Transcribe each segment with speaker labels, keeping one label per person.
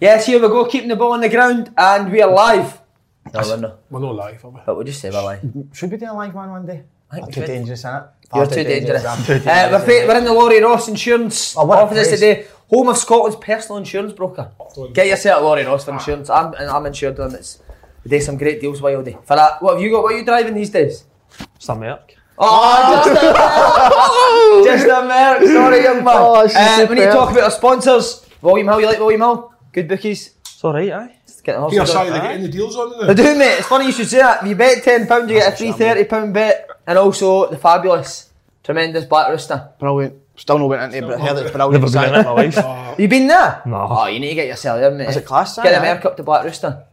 Speaker 1: Yes, here we go, keeping the ball on the ground, and we're live.
Speaker 2: No, we're not.
Speaker 3: We're not live, are we?
Speaker 2: But we'll just say we're live.
Speaker 4: Should we do a live one one day?
Speaker 2: think we
Speaker 4: too
Speaker 2: should.
Speaker 4: dangerous, innit?
Speaker 2: You're
Speaker 4: Far
Speaker 2: too dangerous.
Speaker 4: I'm
Speaker 1: Uh,
Speaker 4: too
Speaker 2: Too
Speaker 1: we're,
Speaker 4: dangerous.
Speaker 1: fa- we're in the Laurie Ross Insurance
Speaker 4: Oh, what a
Speaker 1: office
Speaker 4: place.
Speaker 1: today, home of Scotland's personal insurance broker. Get yourself at Laurie Ross for insurance. I'm and I'm insured on it's they do some great deals while day. For that, what have you got? What are you driving these days?
Speaker 3: Some Merc.
Speaker 1: Oh, just a merc. Just a merc. Sorry, young man.
Speaker 4: Oh, she's
Speaker 1: Uh, we need to
Speaker 4: superb.
Speaker 1: talk about our sponsors. William Hill, you like William Hill? Good bookies.
Speaker 3: It's alright,
Speaker 2: eh?
Speaker 3: aye.
Speaker 1: Just getting horses
Speaker 3: You're
Speaker 1: on.
Speaker 3: sorry, they're getting the deals on
Speaker 1: They
Speaker 3: now.
Speaker 1: do, mate. It's funny you should say that. If you bet ten pound, you get a free thirty pound bet, and also the fabulous, tremendous Black Rooster.
Speaker 4: Brilliant. Still not went into it, but I heard it's brilliant.
Speaker 3: Never been in it in my
Speaker 2: eh?
Speaker 3: life.
Speaker 1: You been there?
Speaker 3: No.
Speaker 1: Oh, you need to get yourself there, mate.
Speaker 4: Is it class, eh?
Speaker 1: Get a
Speaker 4: aye?
Speaker 1: merc up to Black Rooster.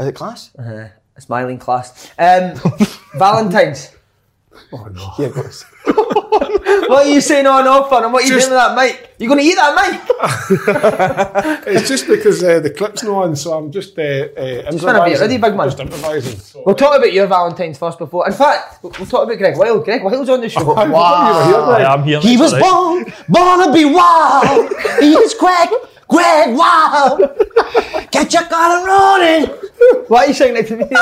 Speaker 4: Is it class?
Speaker 1: It's my lean class. Um, Valentine's.
Speaker 4: Yeah, of course.
Speaker 1: What are you saying on offer? And what are you
Speaker 3: Just-
Speaker 1: doing with that mic? You gonna eat that mic?
Speaker 3: It's just because uh, the clip's not on, so I'm just uh, uh, improvising.
Speaker 1: wanna be ready, big man.
Speaker 3: Just improvising.
Speaker 1: We'll talk about your Valentine's first before. In fact, we'll we'll talk about Greg Wild. Greg Wild's on the show.
Speaker 3: I am here.
Speaker 4: He
Speaker 3: it's
Speaker 4: was
Speaker 3: alright.
Speaker 4: born, born to be wild. he is Greg, Greg Wild. Get your car rolling.
Speaker 1: Why are you saying that to me?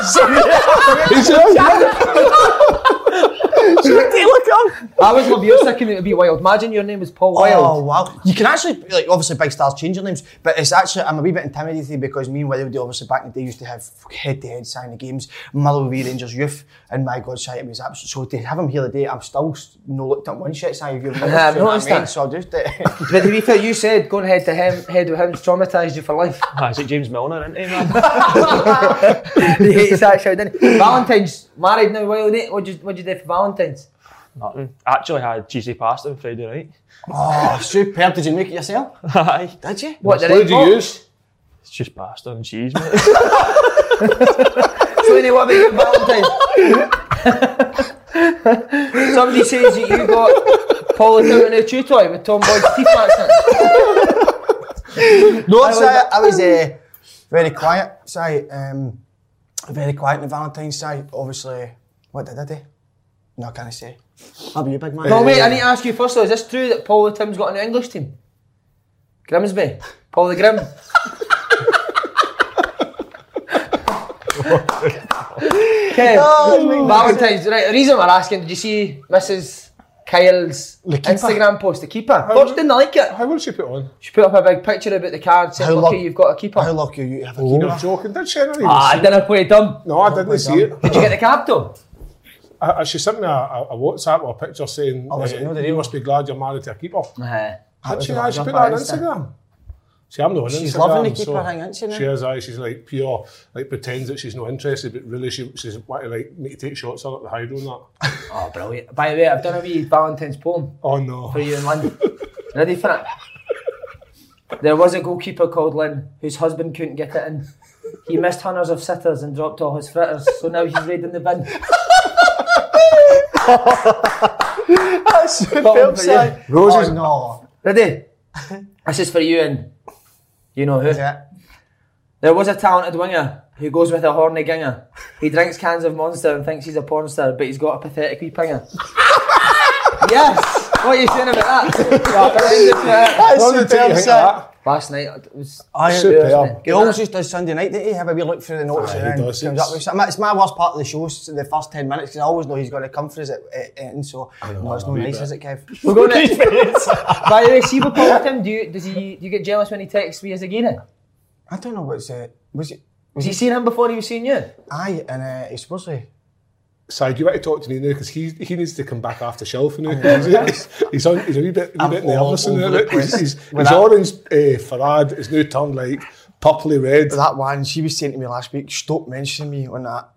Speaker 4: "Oh,
Speaker 1: I was love your second name to be Wild. Imagine your name was Paul
Speaker 4: Oh
Speaker 1: Wild.
Speaker 4: wow! You can actually like obviously big stars change their names, but it's actually I'm a wee bit intimidated because me and Willie obviously back in the day used to have head-to-head signing games. Motherwell Rangers youth, and my God, shy, it was absolute. So to have him here today, I'm still s- no looked at one shit. Shy, if you're
Speaker 1: I've noticed that.
Speaker 4: So I'll just. Uh,
Speaker 1: But to be fair, you said going head to him, head with him's traumatised you for life.
Speaker 3: Ah, is it James Milner, isn't he, man?
Speaker 1: he hates that show, didn't he? Valentine's married now, Wild. Ain't? What'd you What'd you do for Valentine's?
Speaker 3: Nothing. Actually, I had cheesy pasta on Friday night.
Speaker 4: oh, superb! Did you make it yourself?
Speaker 3: Aye.
Speaker 4: Did you?
Speaker 1: What
Speaker 3: What
Speaker 1: did
Speaker 3: did you use? It's just pasta and cheese, mate.
Speaker 1: So anyway, Oh, what about your Valentine's? Somebody says that you got Paul out in a chew toy with Tom Boyd's teeth accent.
Speaker 4: No, I was, I was uh, very quiet. Sorry, um, very quiet on Valentine's side. Obviously, what did I do? No, can I say? I'll be a big man.
Speaker 1: No, wait, I need to
Speaker 4: Uh,
Speaker 1: ask you first though, is this true that Paul the Tim's got an English team? Grimsby? Paul the Grim? Kev,
Speaker 4: Oh,
Speaker 1: Valentine's, right, the reason we're asking, did you see Mrs. Kyle's
Speaker 4: The keeper.
Speaker 1: Instagram post, the keeper? Thought she didn't like it.
Speaker 3: How was she put on?
Speaker 1: She put up a big picture about the card saying,
Speaker 4: How
Speaker 1: lucky
Speaker 4: lo-
Speaker 1: you've got a keeper.
Speaker 4: How lucky are you to have a
Speaker 3: You're
Speaker 4: keeper?
Speaker 3: joking. Did she anything?
Speaker 1: Ah, I didn't play dumb.
Speaker 3: no,
Speaker 4: oh
Speaker 3: I didn't see it.
Speaker 1: Did you get the card though?
Speaker 3: I, I, she sent me a, a, a WhatsApp or a picture saying, uh,
Speaker 4: Oh, is it not the
Speaker 3: you
Speaker 4: real-
Speaker 3: must be glad you're married to a keeper.
Speaker 1: Uh,
Speaker 3: Did
Speaker 4: was
Speaker 3: she,
Speaker 4: an
Speaker 3: aye, she
Speaker 4: odd
Speaker 3: put
Speaker 4: one,
Speaker 3: that on
Speaker 4: isn't it?
Speaker 3: Instagram? See, I'm not on Instagram.
Speaker 4: She's loving the keeper
Speaker 3: so
Speaker 4: thing, isn't she, now?
Speaker 3: She is, aye. She's like pure, like pretends that she's not interested, but really she, she's wanting to like make take shots at her at the high road and that.
Speaker 1: oh, brilliant. By the way, I've done a wee Valentine's poem.
Speaker 3: Oh no.
Speaker 1: for you in Lynn. Ready for it? There was a goalkeeper called Lynn whose husband couldn't get it in. He missed hundreds of sitters and dropped all his fritters, so now he's raiding the bin.
Speaker 4: Superb
Speaker 1: for you.
Speaker 4: side.
Speaker 3: Roses.
Speaker 4: Oh, no.
Speaker 1: Ready? This is for you and you know who.
Speaker 4: Yeah.
Speaker 1: There was a talented winger who goes with a horny ginger. He drinks cans of Monster and thinks he's a porn star, but he's got a pathetic wee pinger. yes! What are you saying about that?
Speaker 4: That's
Speaker 3: Wrong to take
Speaker 4: superb,
Speaker 3: your hint
Speaker 4: sir.
Speaker 3: at
Speaker 1: Last night it was
Speaker 4: I
Speaker 3: Superb.
Speaker 4: He always just does Sunday night, doesn't he? Have a wee look through the notes
Speaker 3: Aye,
Speaker 4: and
Speaker 3: he
Speaker 4: then comes
Speaker 3: does, it's-
Speaker 4: up with something. It's my worst part of the show, s- the first 10 minutes, because I always know he's going to come for us at, at, at end, so no, it's
Speaker 3: I
Speaker 4: no
Speaker 3: know,
Speaker 4: nice,
Speaker 3: but-
Speaker 4: is it, Kev?
Speaker 1: We're going to. By the way, see what Paul Tim, do you, does he, do you get jealous when he texts me as a gainer?
Speaker 4: I don't know what's it. Was it?
Speaker 1: Was he seen him before he was seeing you?
Speaker 4: Aye, and uh, it's supposedly.
Speaker 3: Side, you better talk to me now because he he needs to come back after shelf now. He's, he's on. He's a wee bit, wee
Speaker 4: I'm
Speaker 3: bit
Speaker 4: all
Speaker 3: nervous in
Speaker 4: over
Speaker 3: there.
Speaker 4: the
Speaker 3: He's,
Speaker 4: place
Speaker 3: he's,
Speaker 4: with
Speaker 3: his
Speaker 4: that.
Speaker 3: orange uh, farad is now turned like purpley red.
Speaker 4: That one, she was saying to me last week, stop mentioning me on that.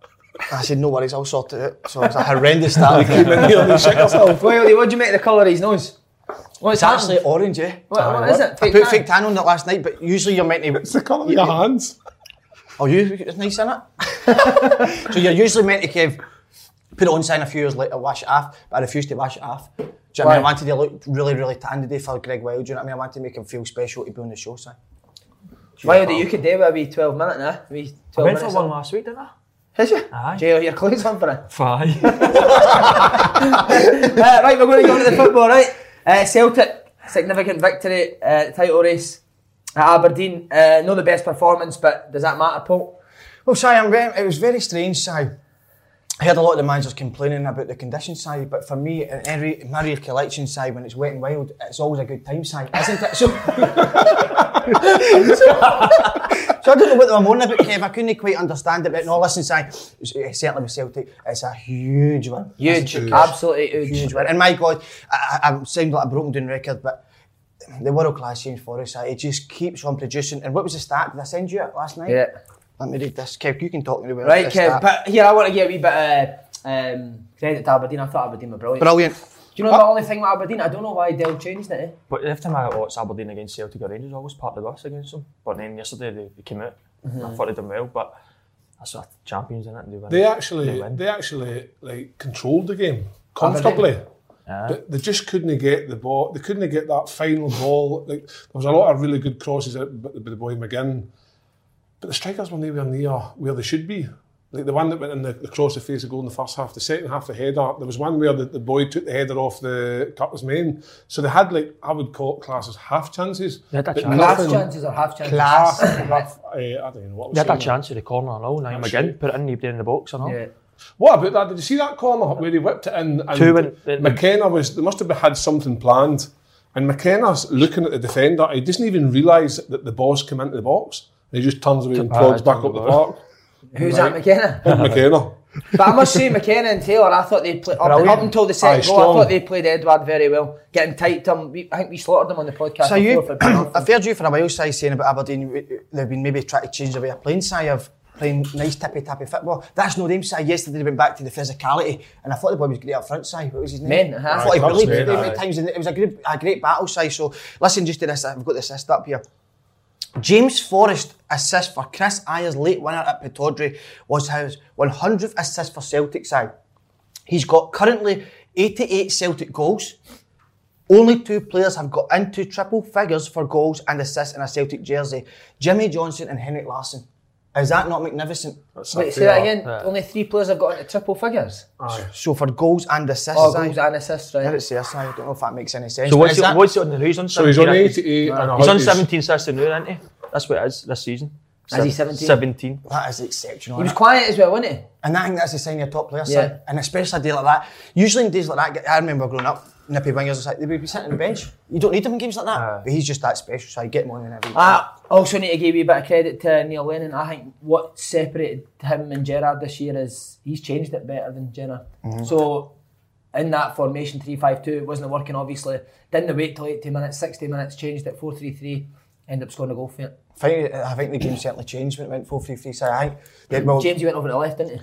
Speaker 4: I said, no worries, I'll sort it out. So it's a horrendous start.
Speaker 3: Came in here and shit herself.
Speaker 1: Well, what do you make of the colour of his nose? What's
Speaker 4: It's actually orange, eh?
Speaker 1: What- what is it?
Speaker 4: I
Speaker 1: Fake
Speaker 4: put
Speaker 1: tan?
Speaker 4: fake tan on it last night, but usually you're meant to
Speaker 3: It's the colour of your hands.
Speaker 4: Oh, you? It's nice, isn't it? so you're usually meant to give, put it on sign a few years later, wash it off, but I refused to wash it off. Do you know what I mean? I
Speaker 1: Why?
Speaker 4: wanted to look really, really tan today for Greg Wild. Do you know what I mean? I wanted to make him feel special to be on the show, son.
Speaker 1: Why that you could do with a wee 12 minute now? Wee 12
Speaker 2: Went for
Speaker 1: minutes.
Speaker 2: one last week, didn't I?
Speaker 1: Is you?
Speaker 2: Aye.
Speaker 1: Jay, are your clothes on for it?
Speaker 2: Five.
Speaker 1: Uh, right, we're going to go into the football, right? Uh, Celtic, significant victory, uh, title race at Aberdeen. Uh, not the best performance, but does that matter, Paul?
Speaker 4: Well, Si, Oh, I'm very, it was very strange, Si. I heard a lot of the managers complaining about the conditions, Si, but for me, in every, my recollection, Si, when it's wet and wild, it's always a good time, Si, isn't it? So, so I don't know what they were moaning about, Kev. I couldn't quite understand it, but no, listen, Si, it's- certainly with Celtic, it's a huge one.
Speaker 1: Huge,
Speaker 4: Isn't it?
Speaker 1: absolutely huge.
Speaker 4: huge win. And my God, I, I, I sound like a broken down record, but the world class James Forrest, it just keeps on producing. And what was the stat? Did I send you it last night?
Speaker 1: Yeah.
Speaker 4: Let me read this. Kev, you can talk to me about
Speaker 1: Right,
Speaker 4: this
Speaker 1: Kev,
Speaker 4: stat.
Speaker 1: but here I want to get a wee bit of um, credit to Aberdeen. I thought Aberdeen were brilliant.
Speaker 4: Brilliant. Oh.
Speaker 1: Do you know the only thing with Aberdeen? I don't know why Dell changed it. eh?
Speaker 2: but every time I watch Aberdeen against Celtic or Rangers, I always part the bus against them. But then yesterday they, they came out. and I thought they done well, but that's what champions in it. And Mm-hmm. they win.
Speaker 3: They actually,
Speaker 2: win.
Speaker 3: they actually like controlled the
Speaker 2: Oh,
Speaker 3: game comfortably.
Speaker 2: Ah.
Speaker 3: But they just couldn't get the ball. They couldn't get that final ball. Like there was a lot of really good crosses out by the, by the boy McGinn, but the strikers were nowhere near where they should be. Like the one that went in the, the cross, the face of goal in the first half, the second half, the header. There was one where the, the boy took the header off the cutter's main. So they had like I would call it classes half chances. They
Speaker 2: had a chance.
Speaker 1: Half chances or half chances?
Speaker 3: Half, half, eh, I don't even know what. I was
Speaker 2: They had
Speaker 3: saying
Speaker 2: that
Speaker 3: there.
Speaker 2: chance at the corner and all. Now again, put it in, nobody in the box and all.
Speaker 1: Yeah.
Speaker 3: What about that? Did you see that corner where he whipped it in? And
Speaker 2: Two in- in-
Speaker 3: McKenna was. They must have had something planned. And McKenna's looking at the defender. He doesn't even realise that the ball's come into the box. He just turns away and plods
Speaker 2: Ah,
Speaker 3: back up the park.
Speaker 1: Who's that, McKenna?
Speaker 3: McKenna.
Speaker 1: But I must say, McKenna and Taylor, I thought they played up,
Speaker 4: Brilliant.
Speaker 1: up until the second
Speaker 3: Aye,
Speaker 1: goal. I
Speaker 3: strong.
Speaker 1: thought they played Edward very well, getting tight to him. We, I think we slaughtered them on the podcast.
Speaker 4: So
Speaker 1: before
Speaker 4: you,
Speaker 1: for being off.
Speaker 4: I've heard you for a while, Si, saying about Aberdeen, w- w- they've been maybe trying to change the way of playing, Si, of playing nice tippy-tappy football. That's no name, Si. Yesterday they went back to the physicality, and I thought the boy was great up front, Si. What was his name?
Speaker 1: Men, huh?
Speaker 4: I thought he
Speaker 3: Aye,
Speaker 4: really
Speaker 3: Clarkson,
Speaker 4: played
Speaker 3: aye.
Speaker 4: many times, and it was a great, a great battle, Si. So listen just to this, I've got this list up here. James Forrest assist for Chris Ayers' late winner at Pittodrie was his 100th assist for Celtic side. He's got currently 88 Celtic goals. Only two players have got into triple figures for goals and assists in a Celtic jersey Jimmy Johnson and Henrik Larsson. Is that not magnificent?
Speaker 1: Wait, say that again. Only three players have got into triple figures.
Speaker 4: So for goals and assists.
Speaker 1: Oh,
Speaker 4: aye.
Speaker 1: goals and assists,
Speaker 4: There
Speaker 1: right?
Speaker 4: it's there, so I don't know if that makes any sense.
Speaker 2: So
Speaker 4: but
Speaker 2: what's
Speaker 4: is
Speaker 2: he,
Speaker 4: that-
Speaker 2: what's he on the He's on 17.
Speaker 3: So he's on
Speaker 2: I think.
Speaker 3: 88 and
Speaker 2: He's on
Speaker 3: 100s.
Speaker 2: 17 assists in there, isn't he? That's what it is this season.
Speaker 1: Is he
Speaker 2: Sev-
Speaker 1: 17?
Speaker 2: 17.
Speaker 4: that is exceptional.
Speaker 1: He was
Speaker 4: isn't it?
Speaker 1: quiet as well, wasn't he?
Speaker 4: And I think that's the sign of a top player,
Speaker 1: Yeah.
Speaker 4: son. And especially a day like that. Usually in days like that, I remember growing up, nippy wingers, it's like they would be sitting on the bench. You don't need them in games like that. but he's just that special, so I get him on whenever you
Speaker 1: I also need to give you a bit of credit to Neil Lennon. I think what separated him and Gerard this year is he's changed it better than Gerard.
Speaker 2: Mm-hmm.
Speaker 1: So in that formation three five two, it wasn't working obviously. Didn't wait till 80 minutes, 60 minutes, changed it four three three. Ended up scoring a goal for it.
Speaker 4: Finally, I think the game certainly changed when it went 4 3 3. So I think they, well,
Speaker 2: Oh.
Speaker 1: James, you went over to the left, didn't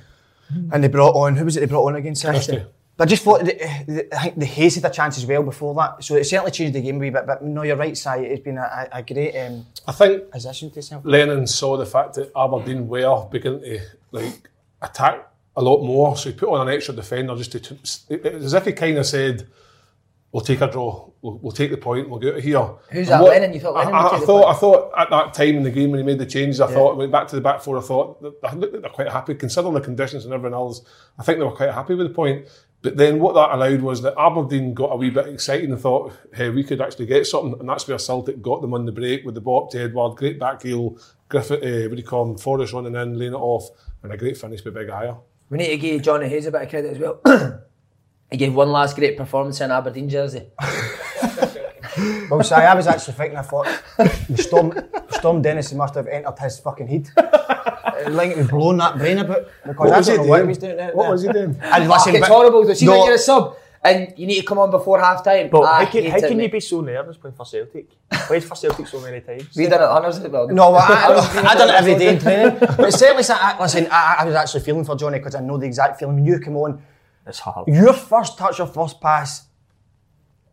Speaker 1: you?
Speaker 4: and they brought on, who was it they brought on against Christie? But I just thought, that, eh, th- I think the Hayes had a chance as well before that. So it certainly changed the game a wee bit. But no, you're right, Si. It's been a, a, a great um,
Speaker 3: I think
Speaker 4: position to yourself.
Speaker 3: Lennon saw the fact that Aberdeen were beginning to like attack a lot more, so he put on an extra defender just to. It was as if he kind of said, we'll take a draw. We'll, we'll take the point. We'll get out of here.
Speaker 1: Who's
Speaker 3: And
Speaker 1: that, Lennon? You thought Lennon
Speaker 3: I,
Speaker 1: would
Speaker 3: I,
Speaker 1: take
Speaker 3: I
Speaker 1: the
Speaker 3: thought.
Speaker 1: point?
Speaker 3: I thought at that time in the game when he made the changes, I thought went back to the back four. I thought that- I looked like they're quite happy considering the conditions and everything else. I think they were quite happy with the point. But then what that allowed was that Aberdeen got a wee bit excited and thought, hey, we could actually get something. And that's where Celtic got them on the break with the bop to Edward, great back heel, Griffith, uh, what do you call him, Forrest running in, laying it off, and a great finish by Big Hire.
Speaker 1: We need to give Johnny Hayes a bit of credit as well. he gave one last great performance in Aberdeen jersey.
Speaker 4: Well, Si, I was actually thinking, I thought, the Storm, Storm Dennis must have entered his fucking head. Uh, Like, he was blowing that brain about. Because
Speaker 3: What
Speaker 4: I
Speaker 3: was he
Speaker 4: don't know what he
Speaker 3: doing?
Speaker 4: was doing out
Speaker 3: What
Speaker 4: there.
Speaker 3: was he doing?
Speaker 1: Fuck,
Speaker 4: And
Speaker 1: Ah,
Speaker 4: listen,
Speaker 1: it's
Speaker 4: but-
Speaker 1: horrible. though. See
Speaker 4: No,
Speaker 1: when you're a sub and you need to come on before half time.
Speaker 2: But
Speaker 1: I
Speaker 2: how can,
Speaker 1: hate
Speaker 2: how
Speaker 1: it,
Speaker 2: can you
Speaker 1: mate.
Speaker 2: be so nervous playing for Celtic? Played for Celtic so many times.
Speaker 1: We done it hundreds of well.
Speaker 4: No, well, I, I, don't- I done it every day in training. But certainly, Si, I, listen, I, I was actually feeling for Johnny because I know the exact feeling. When you come on,
Speaker 2: It's hard.
Speaker 4: your first touch or first pass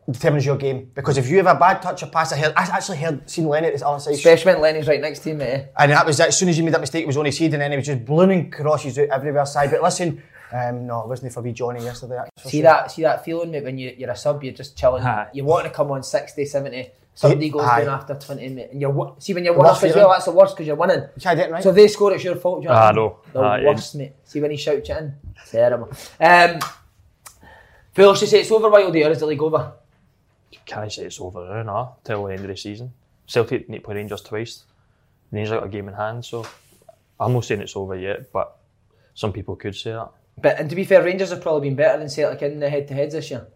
Speaker 4: determines your game. Because if you have a bad touch or pass, I, heard, I actually heard, seen Lenny at his other side.
Speaker 1: Especially when Lenny's right next to him, mate.
Speaker 4: And that was it. As soon as you made that mistake, it was on his head, and then he was just blooming crosses out everywhere side. But listen, um, no, it wasn't for me, Johnny, yesterday. that's for
Speaker 1: See
Speaker 4: sure.
Speaker 1: that see that feeling, mate, when you, you're a sub, you're just chilling.
Speaker 2: Aye.
Speaker 1: You want to come on 60, 70. Somebody goes
Speaker 4: Aye.
Speaker 1: down after 20, mate. And you're, wo- see, when you're
Speaker 4: Worst
Speaker 1: worse as
Speaker 4: feeling.
Speaker 1: well, that's the worst because you're winning.
Speaker 4: See, I didn't, right?
Speaker 1: So if they score, it's your fault, John.
Speaker 2: Ah, no.
Speaker 1: The
Speaker 2: Aye,
Speaker 1: worst, mate. See when he shouts it in? Terrible. Um, foolish to say it's over, Wildy, or is the league over?
Speaker 2: Can I say it's over now? No, till the end of the season. Celtic need to play Rangers twice. Rangers got a game in hand, so I'm not saying it's over yet, but some people could say that.
Speaker 1: But and to be fair, Rangers have probably been better than Celtic in the head to heads this year.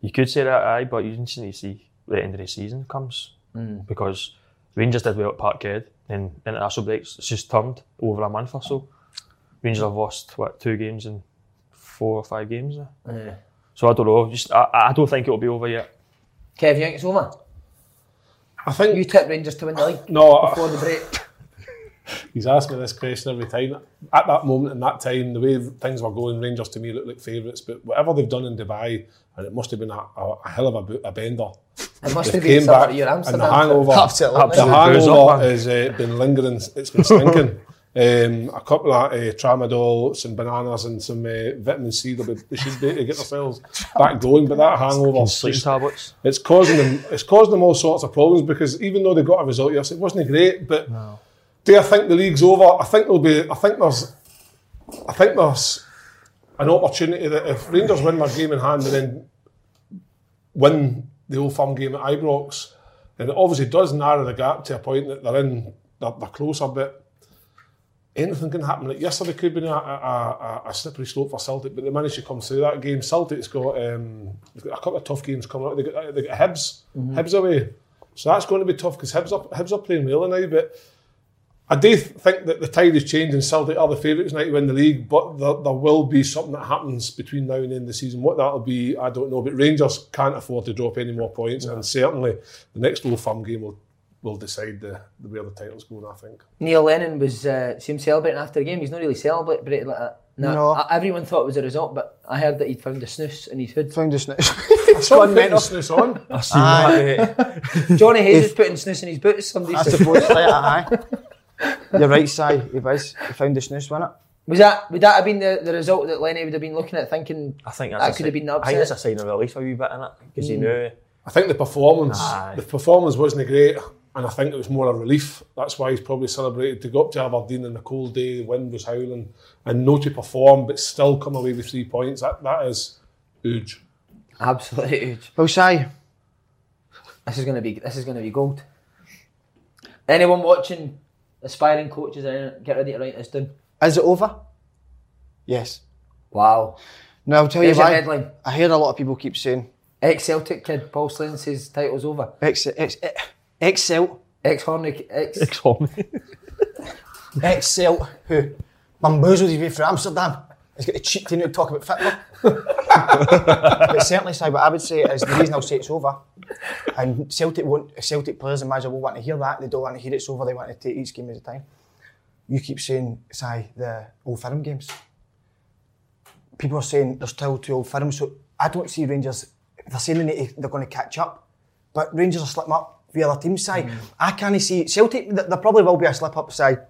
Speaker 2: You could say that, aye, but you just need to see the end of the season comes
Speaker 1: Hmm.
Speaker 2: because Rangers did well at Parkhead, then international breaks. It's just turned over a month or so. Rangers have lost what two games in four or five games now.
Speaker 1: Yeah.
Speaker 2: So I don't know. Just I, I don't think it'll be over yet.
Speaker 1: Kev, you think it's over?
Speaker 3: I think
Speaker 1: You tipped Rangers to win the league
Speaker 3: no, I-
Speaker 1: before the break.
Speaker 3: He's asked me this question every time. At that moment in that time, the way things were going, Rangers to me looked like favourites. But whatever they've done in Dubai, and it must have been a, a, a hell of a, bo- a bender.
Speaker 1: It must
Speaker 3: They
Speaker 1: have been
Speaker 3: came
Speaker 1: something
Speaker 3: back,
Speaker 1: for you in
Speaker 3: and the
Speaker 1: Amsterdam.
Speaker 3: hangover,
Speaker 4: Absolutely.
Speaker 3: the
Speaker 2: Absolute booze up,
Speaker 3: hangover
Speaker 2: man.
Speaker 3: has uh, been lingering. It's been stinking. um, a couple of uh, tramadol, some bananas, and some uh, vitamin C. They'll be, they should be to get themselves back going. But that hangover's
Speaker 2: Sleeping
Speaker 3: just
Speaker 2: tablets.
Speaker 3: it's causing them it's causing them all sorts of problems because even though they got a result yesterday, it wasn't great. But do I think the league's over? I think there'll be I think there's I think there's an opportunity that if Rangers win their game in hand and then win the old firm game at Ibrox, then it obviously does narrow the gap to a point that they're in they're, they're closer, but anything can happen. Like yesterday could have been a, a, a, a slippery slope for Celtic, but they managed to come through that game. Celtic's got, um, they've got a couple of tough games coming up. They got, they got Hibs, Hibs away, so that's going to be tough because Hibs are, Hibs are playing well now. But I do th- think that the tide is changing. Celtic are the favourites now to win the league, but there, there will be something that happens between now and the end of the season. What that'll be, I don't know. But Rangers can't afford to drop any more points, and certainly the next Old Firm game will will decide the, the where the title's going. I think.
Speaker 1: Neil Lennon was uh, see him celebrating after the game. He's not really celebrating like that. No,
Speaker 4: No.
Speaker 1: I- everyone thought it was a result, but I heard that he'd found a snooze in his hood.
Speaker 4: Found just now.
Speaker 3: So I'm putting this on.
Speaker 1: Johnny Hayes was putting snooze in his boots. Somebody
Speaker 4: I
Speaker 1: said.
Speaker 4: suppose, right, aye. You're right, Si. He was. He found the snooze, wasn't it?
Speaker 1: Was that would that have been the, the result that Lenny would have been looking at, thinking
Speaker 2: I think that's
Speaker 1: that
Speaker 2: a
Speaker 1: could
Speaker 2: sig-
Speaker 1: have been the
Speaker 2: I think that's a
Speaker 1: upset? Hmm.
Speaker 2: sign of relief a wee bit in it because you know
Speaker 3: I think the performance,
Speaker 2: Aye.
Speaker 3: the performance wasn't great, and I think it was more a relief. That's why he's probably celebrated to go up to Aberdeen in a cold day, the wind was howling, and no to perform, but still come away with three points. That that is huge.
Speaker 1: Absolutely huge.
Speaker 4: Well, Si,
Speaker 1: This is gonna be this is gonna be gold. Anyone watching, aspiring coaches, uh, get ready to write this down.
Speaker 4: is it over? Yes.
Speaker 1: Wow.
Speaker 4: No, I'll tell
Speaker 1: Here's
Speaker 4: you
Speaker 1: your
Speaker 4: why.
Speaker 1: headline.
Speaker 4: I heard a lot of people keep saying,
Speaker 1: Ex Celtic kid Paul Slane says title's over.
Speaker 4: ex, ex, ex, ex-celt,
Speaker 1: Ex Hornick ex
Speaker 2: it.
Speaker 4: ex-celt, who bamboozled his way through Amsterdam. He's got a cheap team to talk about football. but certainly, Si, what I would say is the reason I'll say it's over, and Celtic won't, Celtic players and manager will want to hear that. They don't want to hear it's over. They want to take each game at a time. You keep saying, Si, the old firm games. people are saying they're still too old for him. So I don't see Rangers. They're saying they need to- they're going to catch up, but Rangers are slipping up the other team side. I can't see Celtic. th- There probably will be a slip up side.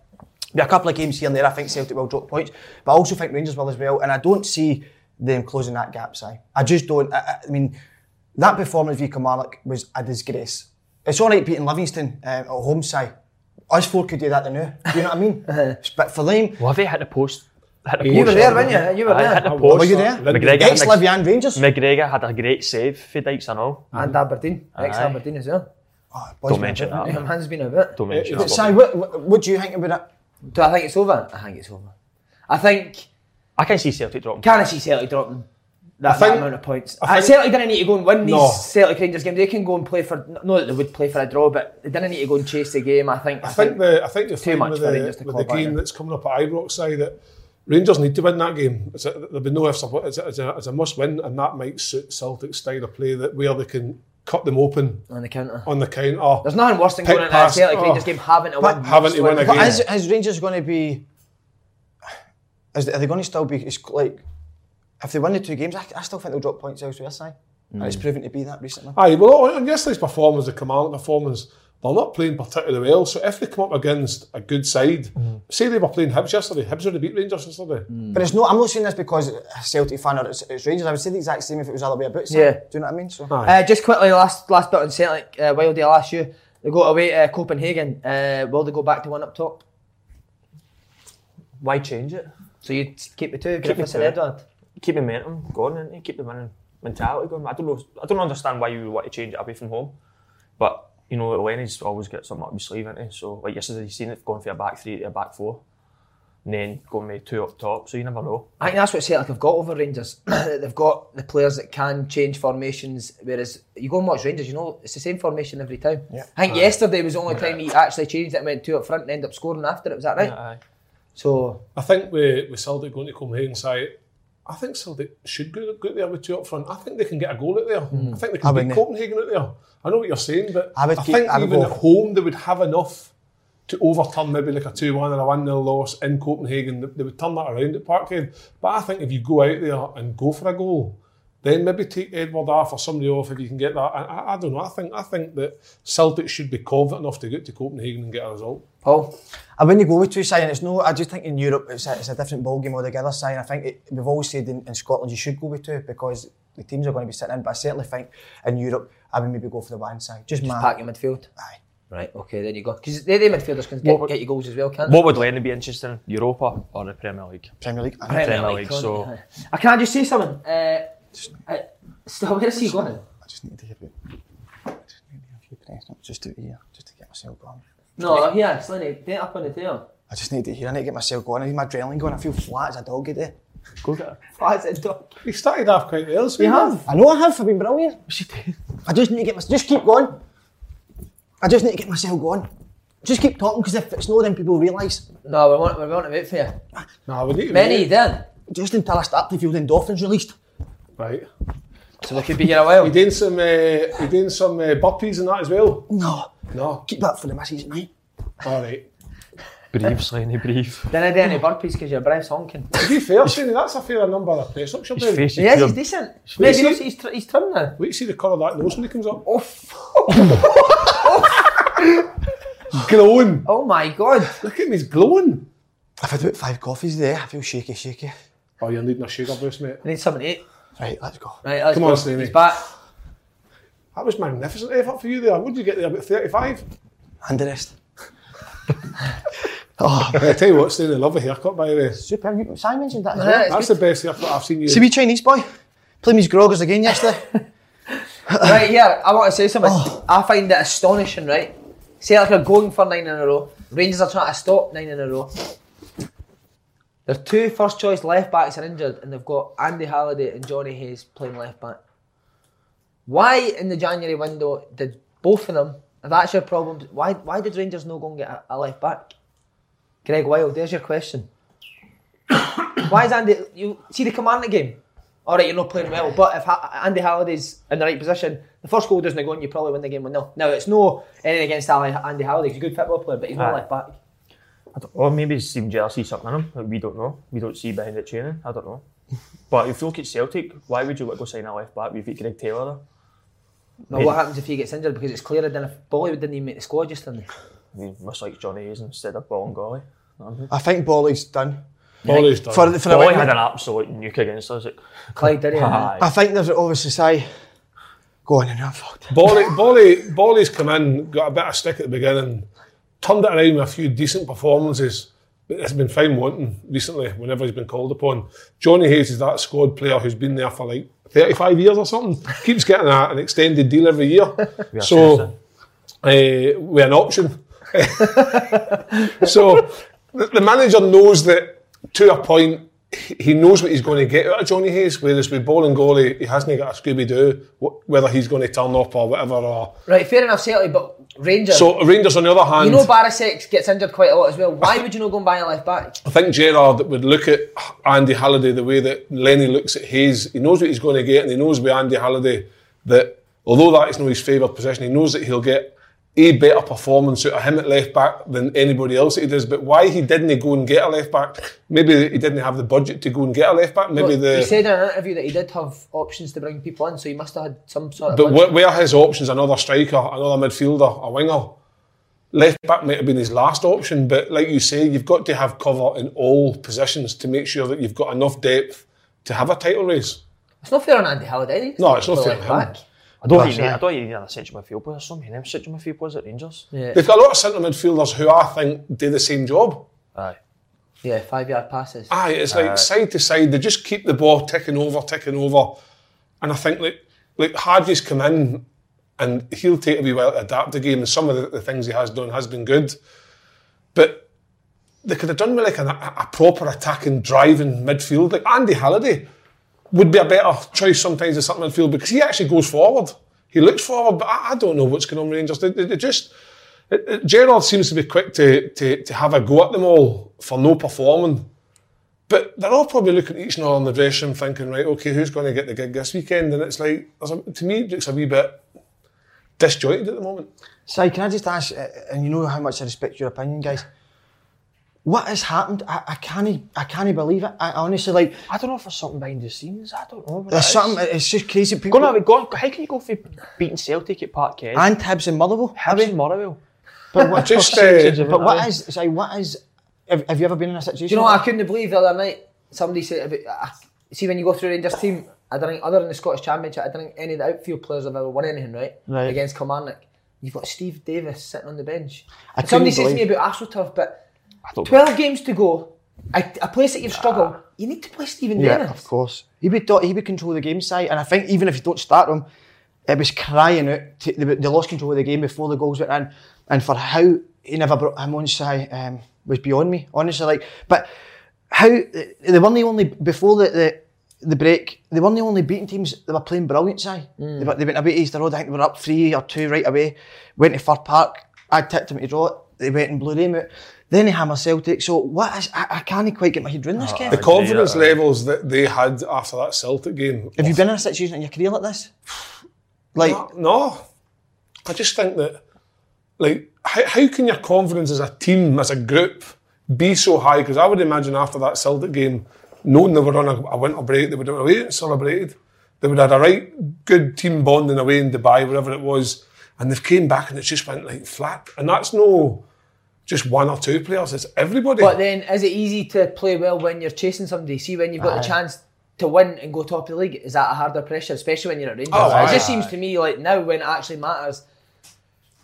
Speaker 4: Be a couple of games here and there. I think Celtic will drop points, but I also think Rangers will as well. And I don't see them closing that gap, Si. I just don't. I, I- I mean, that performance v Kilmarnock was a disgrace. It's all right beating Livingston um, at home, Si. Us four could do that to now. Do you know what I mean? But for them,
Speaker 2: Love hit the post. Hit the
Speaker 1: You were
Speaker 2: post.
Speaker 1: there, weren't you? You were
Speaker 2: Aye,
Speaker 1: there.
Speaker 2: Hit the post.
Speaker 4: were you
Speaker 3: uh,
Speaker 4: there?
Speaker 2: McGregor had
Speaker 4: ex
Speaker 2: a,
Speaker 4: Livian Rangers.
Speaker 2: McGregor had a great save for Dykes and all.
Speaker 1: And Aberdeen. Ex
Speaker 2: Aye.
Speaker 1: Aberdeen as well.
Speaker 4: Boys,
Speaker 2: Don't mention that.
Speaker 1: Your man's been a bit.
Speaker 2: Don't mention that.
Speaker 3: It's
Speaker 4: But Si, what, what, what do you think about it?
Speaker 1: Do I think it's over? I think it's over. I think
Speaker 2: I can see Celtic dropping.
Speaker 1: can I see Celtic dropping that,
Speaker 3: I think-
Speaker 1: that amount of points?
Speaker 3: I think-
Speaker 1: Uh, Celtic didn't need to go and win these
Speaker 3: No.
Speaker 1: Celtic Rangers games. They can go and play for no that they would play for a draw, but they didn't need to go and chase the game. I think.
Speaker 3: I think the I think the thing
Speaker 1: much
Speaker 3: with
Speaker 1: for
Speaker 3: the,
Speaker 1: Rangers to
Speaker 3: with
Speaker 1: claw
Speaker 3: the
Speaker 1: back
Speaker 3: game
Speaker 1: in.
Speaker 3: that's coming up at Ibrox side that Rangers need to win that game. It's a, there'll be no ifs. about it. It's a, it's, a, it's a must win, and that might suit Celtic's style of play that where they can cut them open
Speaker 1: on the counter.
Speaker 3: on the counter.
Speaker 1: There's nothing worse than
Speaker 3: Pick
Speaker 1: going into a
Speaker 3: pass.
Speaker 1: Celtic
Speaker 3: Oh.
Speaker 1: Rangers game having to
Speaker 4: But-
Speaker 1: win.
Speaker 3: Having to win a
Speaker 1: But
Speaker 3: game.
Speaker 4: But is, is Rangers going to be? Is they, are they going to still be it's like? If they win the two games, I, I still think they'll drop points elsewhere. Si,
Speaker 1: Mm.
Speaker 4: and it's proven to be that recently.
Speaker 3: Aye, well, on- on yesterday's performance, the Kilmarnock performance, they're not playing particularly well. So if they come up against a good side, say they were playing Hibs yesterday, Hibs would have beat Rangers yesterday.
Speaker 1: Mm.
Speaker 4: But it's not. I'm not saying this because a Celtic fan or it's, it's Rangers. I would say the exact same if it was the other way about. Si.
Speaker 1: Yeah.
Speaker 4: Do you know what I mean? So
Speaker 1: Uh, just quickly, last last bit on Celtic. Uh, Wilde, I'll ask you. They go away to Copenhagen. Uh, will they go back to one up top?
Speaker 2: Why change it?
Speaker 1: So you keep the two, Griffiths
Speaker 2: the
Speaker 1: and
Speaker 2: two.
Speaker 1: Edward.
Speaker 2: Keep momentum going, innit? keep the winning mentality going. I don't know. I don't understand why you would want to change it away from home, but you know, Lenny's always got something up his sleeve, innit? So like yesterday, you seen it going for a back three to a back four, and then going with two up top. So you never know.
Speaker 1: I think that's what Celtic have got over Rangers. that They've got the players that can change formations, whereas you go and watch Rangers, you know it's the same formation every time. I think yesterday was the only time he actually changed it and went two up front and ended up scoring after it. Was that right?
Speaker 2: Aye.
Speaker 1: So
Speaker 3: I think we, with Celtic going to Copenhagen side, I think Celtic should go, go there with two up front. I think they can get a goal out there. I think they
Speaker 4: Hmm. I
Speaker 3: can
Speaker 4: wouldn't. e-
Speaker 3: beat Copenhagen out there. I know what you're saying, but
Speaker 4: I
Speaker 3: I,
Speaker 4: would keep-
Speaker 3: think
Speaker 4: I would
Speaker 3: even
Speaker 4: go-
Speaker 3: at home they would have enough to overturn maybe like a 2 1 or a 1 0 loss in Copenhagen. They, they would turn that around at Parkhead. But I think if you go out there and go for a goal, then maybe take Edward off or somebody off if you can get that. I, I, I don't know. I think I think that Celtic should be confident enough to get to Copenhagen and get a result.
Speaker 1: Paul,
Speaker 4: I wouldn't go with two Si, and it's no. I just think in Europe it's a, it's a different ball game altogether. Si, and I think it, we've always said in, in Scotland you should go with two because the teams are going to be sitting in. But I certainly think in Europe I would maybe go for the one side. Just, my
Speaker 1: pack your midfield.
Speaker 4: Aye.
Speaker 1: Right. Okay. There you go. Because they, they midfielders can get,
Speaker 2: What-
Speaker 1: get you goals as well, can't they?
Speaker 2: What would Lenny be interested in? Europa or the Premier League?
Speaker 4: Premier League. I-
Speaker 2: Premier League,
Speaker 1: can't
Speaker 2: so-
Speaker 1: they? I can't just say something. Uh, uh, still, where's he going?
Speaker 4: I just need to hear it. I just need to hear a few press notes just to hear, just to get myself going.
Speaker 1: No, yeah, it's Lenny. Get up on the tail.
Speaker 4: I just need to hear. I need to get myself going. I need my adrenaline going. I feel flat as a dog eh, today.
Speaker 2: Go get it.
Speaker 1: That's a dog.
Speaker 3: He started off quite well. so
Speaker 1: You
Speaker 3: he
Speaker 1: have.
Speaker 4: I know I have. I've been brilliant. I just need to get myself. Just keep going. I just need to get myself going. Just keep talking because if it's no, then people realise.
Speaker 1: No, we want we want to wait for you.
Speaker 3: No, we need to
Speaker 1: Many then.
Speaker 4: Just until I start to feel the endorphins released.
Speaker 3: Right.
Speaker 1: So we could be here a while.
Speaker 3: He doing some uh, he doing some uh, burpees and that as well.
Speaker 4: No.
Speaker 3: No.
Speaker 4: Keep that for the missus at night.
Speaker 3: All right.
Speaker 2: Breathe, Lenny, breathe.
Speaker 1: Then I did any burpees because your breath's honking.
Speaker 3: To be fair, Shane, that's a fair number of press ups you're
Speaker 2: His
Speaker 3: doing.
Speaker 2: face is
Speaker 1: Yes,
Speaker 2: pure-
Speaker 1: he's decent. Mate,
Speaker 3: see-
Speaker 1: he's, he's, tr- he's trim now.
Speaker 3: Wait to see the colour of that nose when he comes up.
Speaker 1: Oh,
Speaker 3: glowing.
Speaker 1: oh my god.
Speaker 3: Look at him, he's glowing.
Speaker 4: I've had about five coffees there. I feel shaky, shaky.
Speaker 3: Oh, you're needing a sugar boost, mate.
Speaker 1: I need something to eat.
Speaker 4: Right, let's go.
Speaker 1: Right, let's
Speaker 3: Come
Speaker 1: go.
Speaker 3: on, Stevie.
Speaker 1: He's back.
Speaker 3: That was magnificent effort for you there. What did you get there? About 35?
Speaker 4: And the rest. Oh,
Speaker 3: I tell you what, Stevie, I love a haircut, by the way.
Speaker 4: Super. You, Si mentioned that as
Speaker 1: Yeah,
Speaker 4: well.
Speaker 1: it's
Speaker 3: That's the best haircut I've seen you.
Speaker 4: See we Chinese boy playing these groggers again yesterday.
Speaker 1: right here, I want to say something. I find it astonishing, right? Celtic are going for nine in a row. Rangers are trying to stop nine in a row. Their two first choice left backs are injured, and they've got Andy Halliday and Johnny Hayes playing left back. Why in the January window did both of them? If that's your problem, why why did Rangers no go and get a, a left back? Greg Wild, there's your question. why is Andy? You see the Kilmarnock game all right, you're not playing well, but if ha- Andy Halliday's in the right position, the first goal doesn't go in, you probably win the game 1 0. Now, it's no anything against Ali- Andy Halliday, he's a good football player, but he's not
Speaker 2: Aye.
Speaker 1: left back.
Speaker 2: Or maybe it's team jealousy something in him that we don't know. We don't see behind the training. I don't know. But if you look at Celtic, why would you want to go sign a left back? We've got Greg Taylor there.
Speaker 1: Now, what happens if he gets injured? Because it's clearer than if Bollywood didn't even make the squad just then.
Speaker 2: We must like Johnny Hayes instead of Ball and Golly.
Speaker 4: I think Bolly's done.
Speaker 3: Always done.
Speaker 4: For, the- for the
Speaker 2: Boy
Speaker 4: win-
Speaker 2: had an absolute nuke against us.
Speaker 1: Clyde did he?
Speaker 2: Aye.
Speaker 4: I think there's obviously say, go on and I'm fucked.
Speaker 3: Bolly, Bolly, Bolly's come in, got a bit of stick at the beginning, turned it around with a few decent performances, but it's been fine wanting recently whenever he's been called upon. Johnny Hayes is that squad player who's been there for like 35 years or something, keeps getting a, an extended deal every year. so, uh, with an option. so, the, the manager knows that to a point, he he knows what he's going to get out of Johnny Hayes, whereas with Ball and Goalie, he hasn't got a Scooby Doo, wh- whether he's going to turn up or whatever. Or...
Speaker 1: Right, fair enough, Celtic, but Rangers.
Speaker 3: So, Rangers, on the other hand,
Speaker 1: you know Barisic gets injured quite a lot as well. Why would you not go and buy a left back?
Speaker 3: I think Gerard would look at Andy Halliday the way that Lenny looks at Hayes. He knows what he's going to get, and he knows with Andy Halliday that although that is not his favourite position, he knows that he'll get a better performance out of him at left back than anybody else that he does. But why he didn't go and get a left back? Maybe he didn't have the budget to go and get a left back. Maybe
Speaker 1: Look,
Speaker 3: the
Speaker 1: he said in an interview that he did have options to bring people in, so he must have had some sort of.
Speaker 3: But
Speaker 1: budget.
Speaker 3: where, where his options another striker, another midfielder, a winger? Left back might have been his last option, but like you say, you've got to have cover in all positions to make sure that you've got enough depth to have a title race.
Speaker 1: it's not fair on Andy Halliday.
Speaker 3: No, it's not
Speaker 1: For
Speaker 3: fair
Speaker 1: left
Speaker 3: on him.
Speaker 1: back.
Speaker 2: I don't think
Speaker 4: That's
Speaker 2: you need,
Speaker 4: right.
Speaker 2: I don't think you need an central midfield player. There's so many of them central midfield players at Rangers.
Speaker 1: Yeah.
Speaker 3: They've got a lot of centre midfielders who I think do the same job.
Speaker 2: Aye.
Speaker 1: Yeah, five yard passes.
Speaker 3: Aye, it's like side to side. They just keep the ball ticking over, ticking over. And I think like like Hardy's come in and he'll take a wee while to adapt the game. And some of the, the things he has done has been good, but they could have done with like an, a, a proper attacking, driving midfield. Like Andy Halliday would be a better choice sometimes in centre midfield because he actually goes forward. He looks forward, but I, I don't know what's going on with Rangers. They, they, they just it, it- Gerard seems to be quick to, to to have a go at them all for no performing. But they're all probably looking at each other in the dressing room thinking, right, okay, who's going to get the gig this weekend? And it's like, there's a, to me, it looks a wee bit disjointed at the moment.
Speaker 4: Si, can I just ask, uh, and you know how much I respect your opinion, guys. What has happened? I, I can't, I can't believe it. I honestly like
Speaker 2: I don't know if there's something behind the scenes. I don't know. what
Speaker 4: there's
Speaker 2: it is.
Speaker 4: something. It's just crazy. People
Speaker 2: Go on, go on. How can you go for beating Celtic at Parkhead?
Speaker 4: and Tibbs and Motherwell.
Speaker 2: Hibs and Motherwell.
Speaker 4: But what,
Speaker 3: Just,
Speaker 2: percentage
Speaker 3: uh,
Speaker 2: of-
Speaker 4: but what is? Si, what is? Have, have you ever been in a situation?
Speaker 1: Do you know
Speaker 4: like
Speaker 1: what I couldn't believe the other night? Somebody said about uh, see when you go through Rangers team, I don't think other than the Scottish Championship, I don't think any of the outfield players have ever won anything, right?
Speaker 4: Right.
Speaker 1: Against Kilmarnock. You've got Steve Davis sitting on the bench.
Speaker 4: I
Speaker 1: And somebody
Speaker 4: couldn't
Speaker 1: says to me about AstroTurf, but twelve games to go, a, a place that you've struggled, you need to play Stephen
Speaker 4: that? Yeah,
Speaker 1: Davis.
Speaker 4: of course. He would, do- he would control the game, Si, and I think even if you don't start him, it was crying out. To, they, they lost control of the game before the goals went in, and for how he never brought him on, Si, um, was beyond me. Honestly, like, but how they weren't the only before the. the the break, they weren't the only beating teams. They were playing brilliant, Si. They, were- they went away to Easter Road. I think they were up three or two right away. Went to Fir Park. I tipped them to draw. it. They went and blew them out. Then they hammer Celtic. So what is? I, I can't quite get my head around this. Kev.
Speaker 3: The confidence levels that they had after that Celtic game.
Speaker 4: Have you been in a situation in your career like this? Like,
Speaker 3: No, no. I just think that, like, how, how can your confidence as a team, as a group, be so high? Because I would imagine after that Celtic game, knowing they were on a, a winter break, they would have been away and celebrated. They would have had a right good team bonding away in Dubai, wherever it was. And they've came back and it's just went like flat. And that's no just one or two players, it's everybody.
Speaker 1: But then is it easy to play well when you're chasing somebody? See when you've got the chance to win and go top of the league, is that a harder pressure, especially when you're at Rangers?
Speaker 3: Oh,
Speaker 1: it
Speaker 3: aye.
Speaker 1: just seems to me like now when it actually matters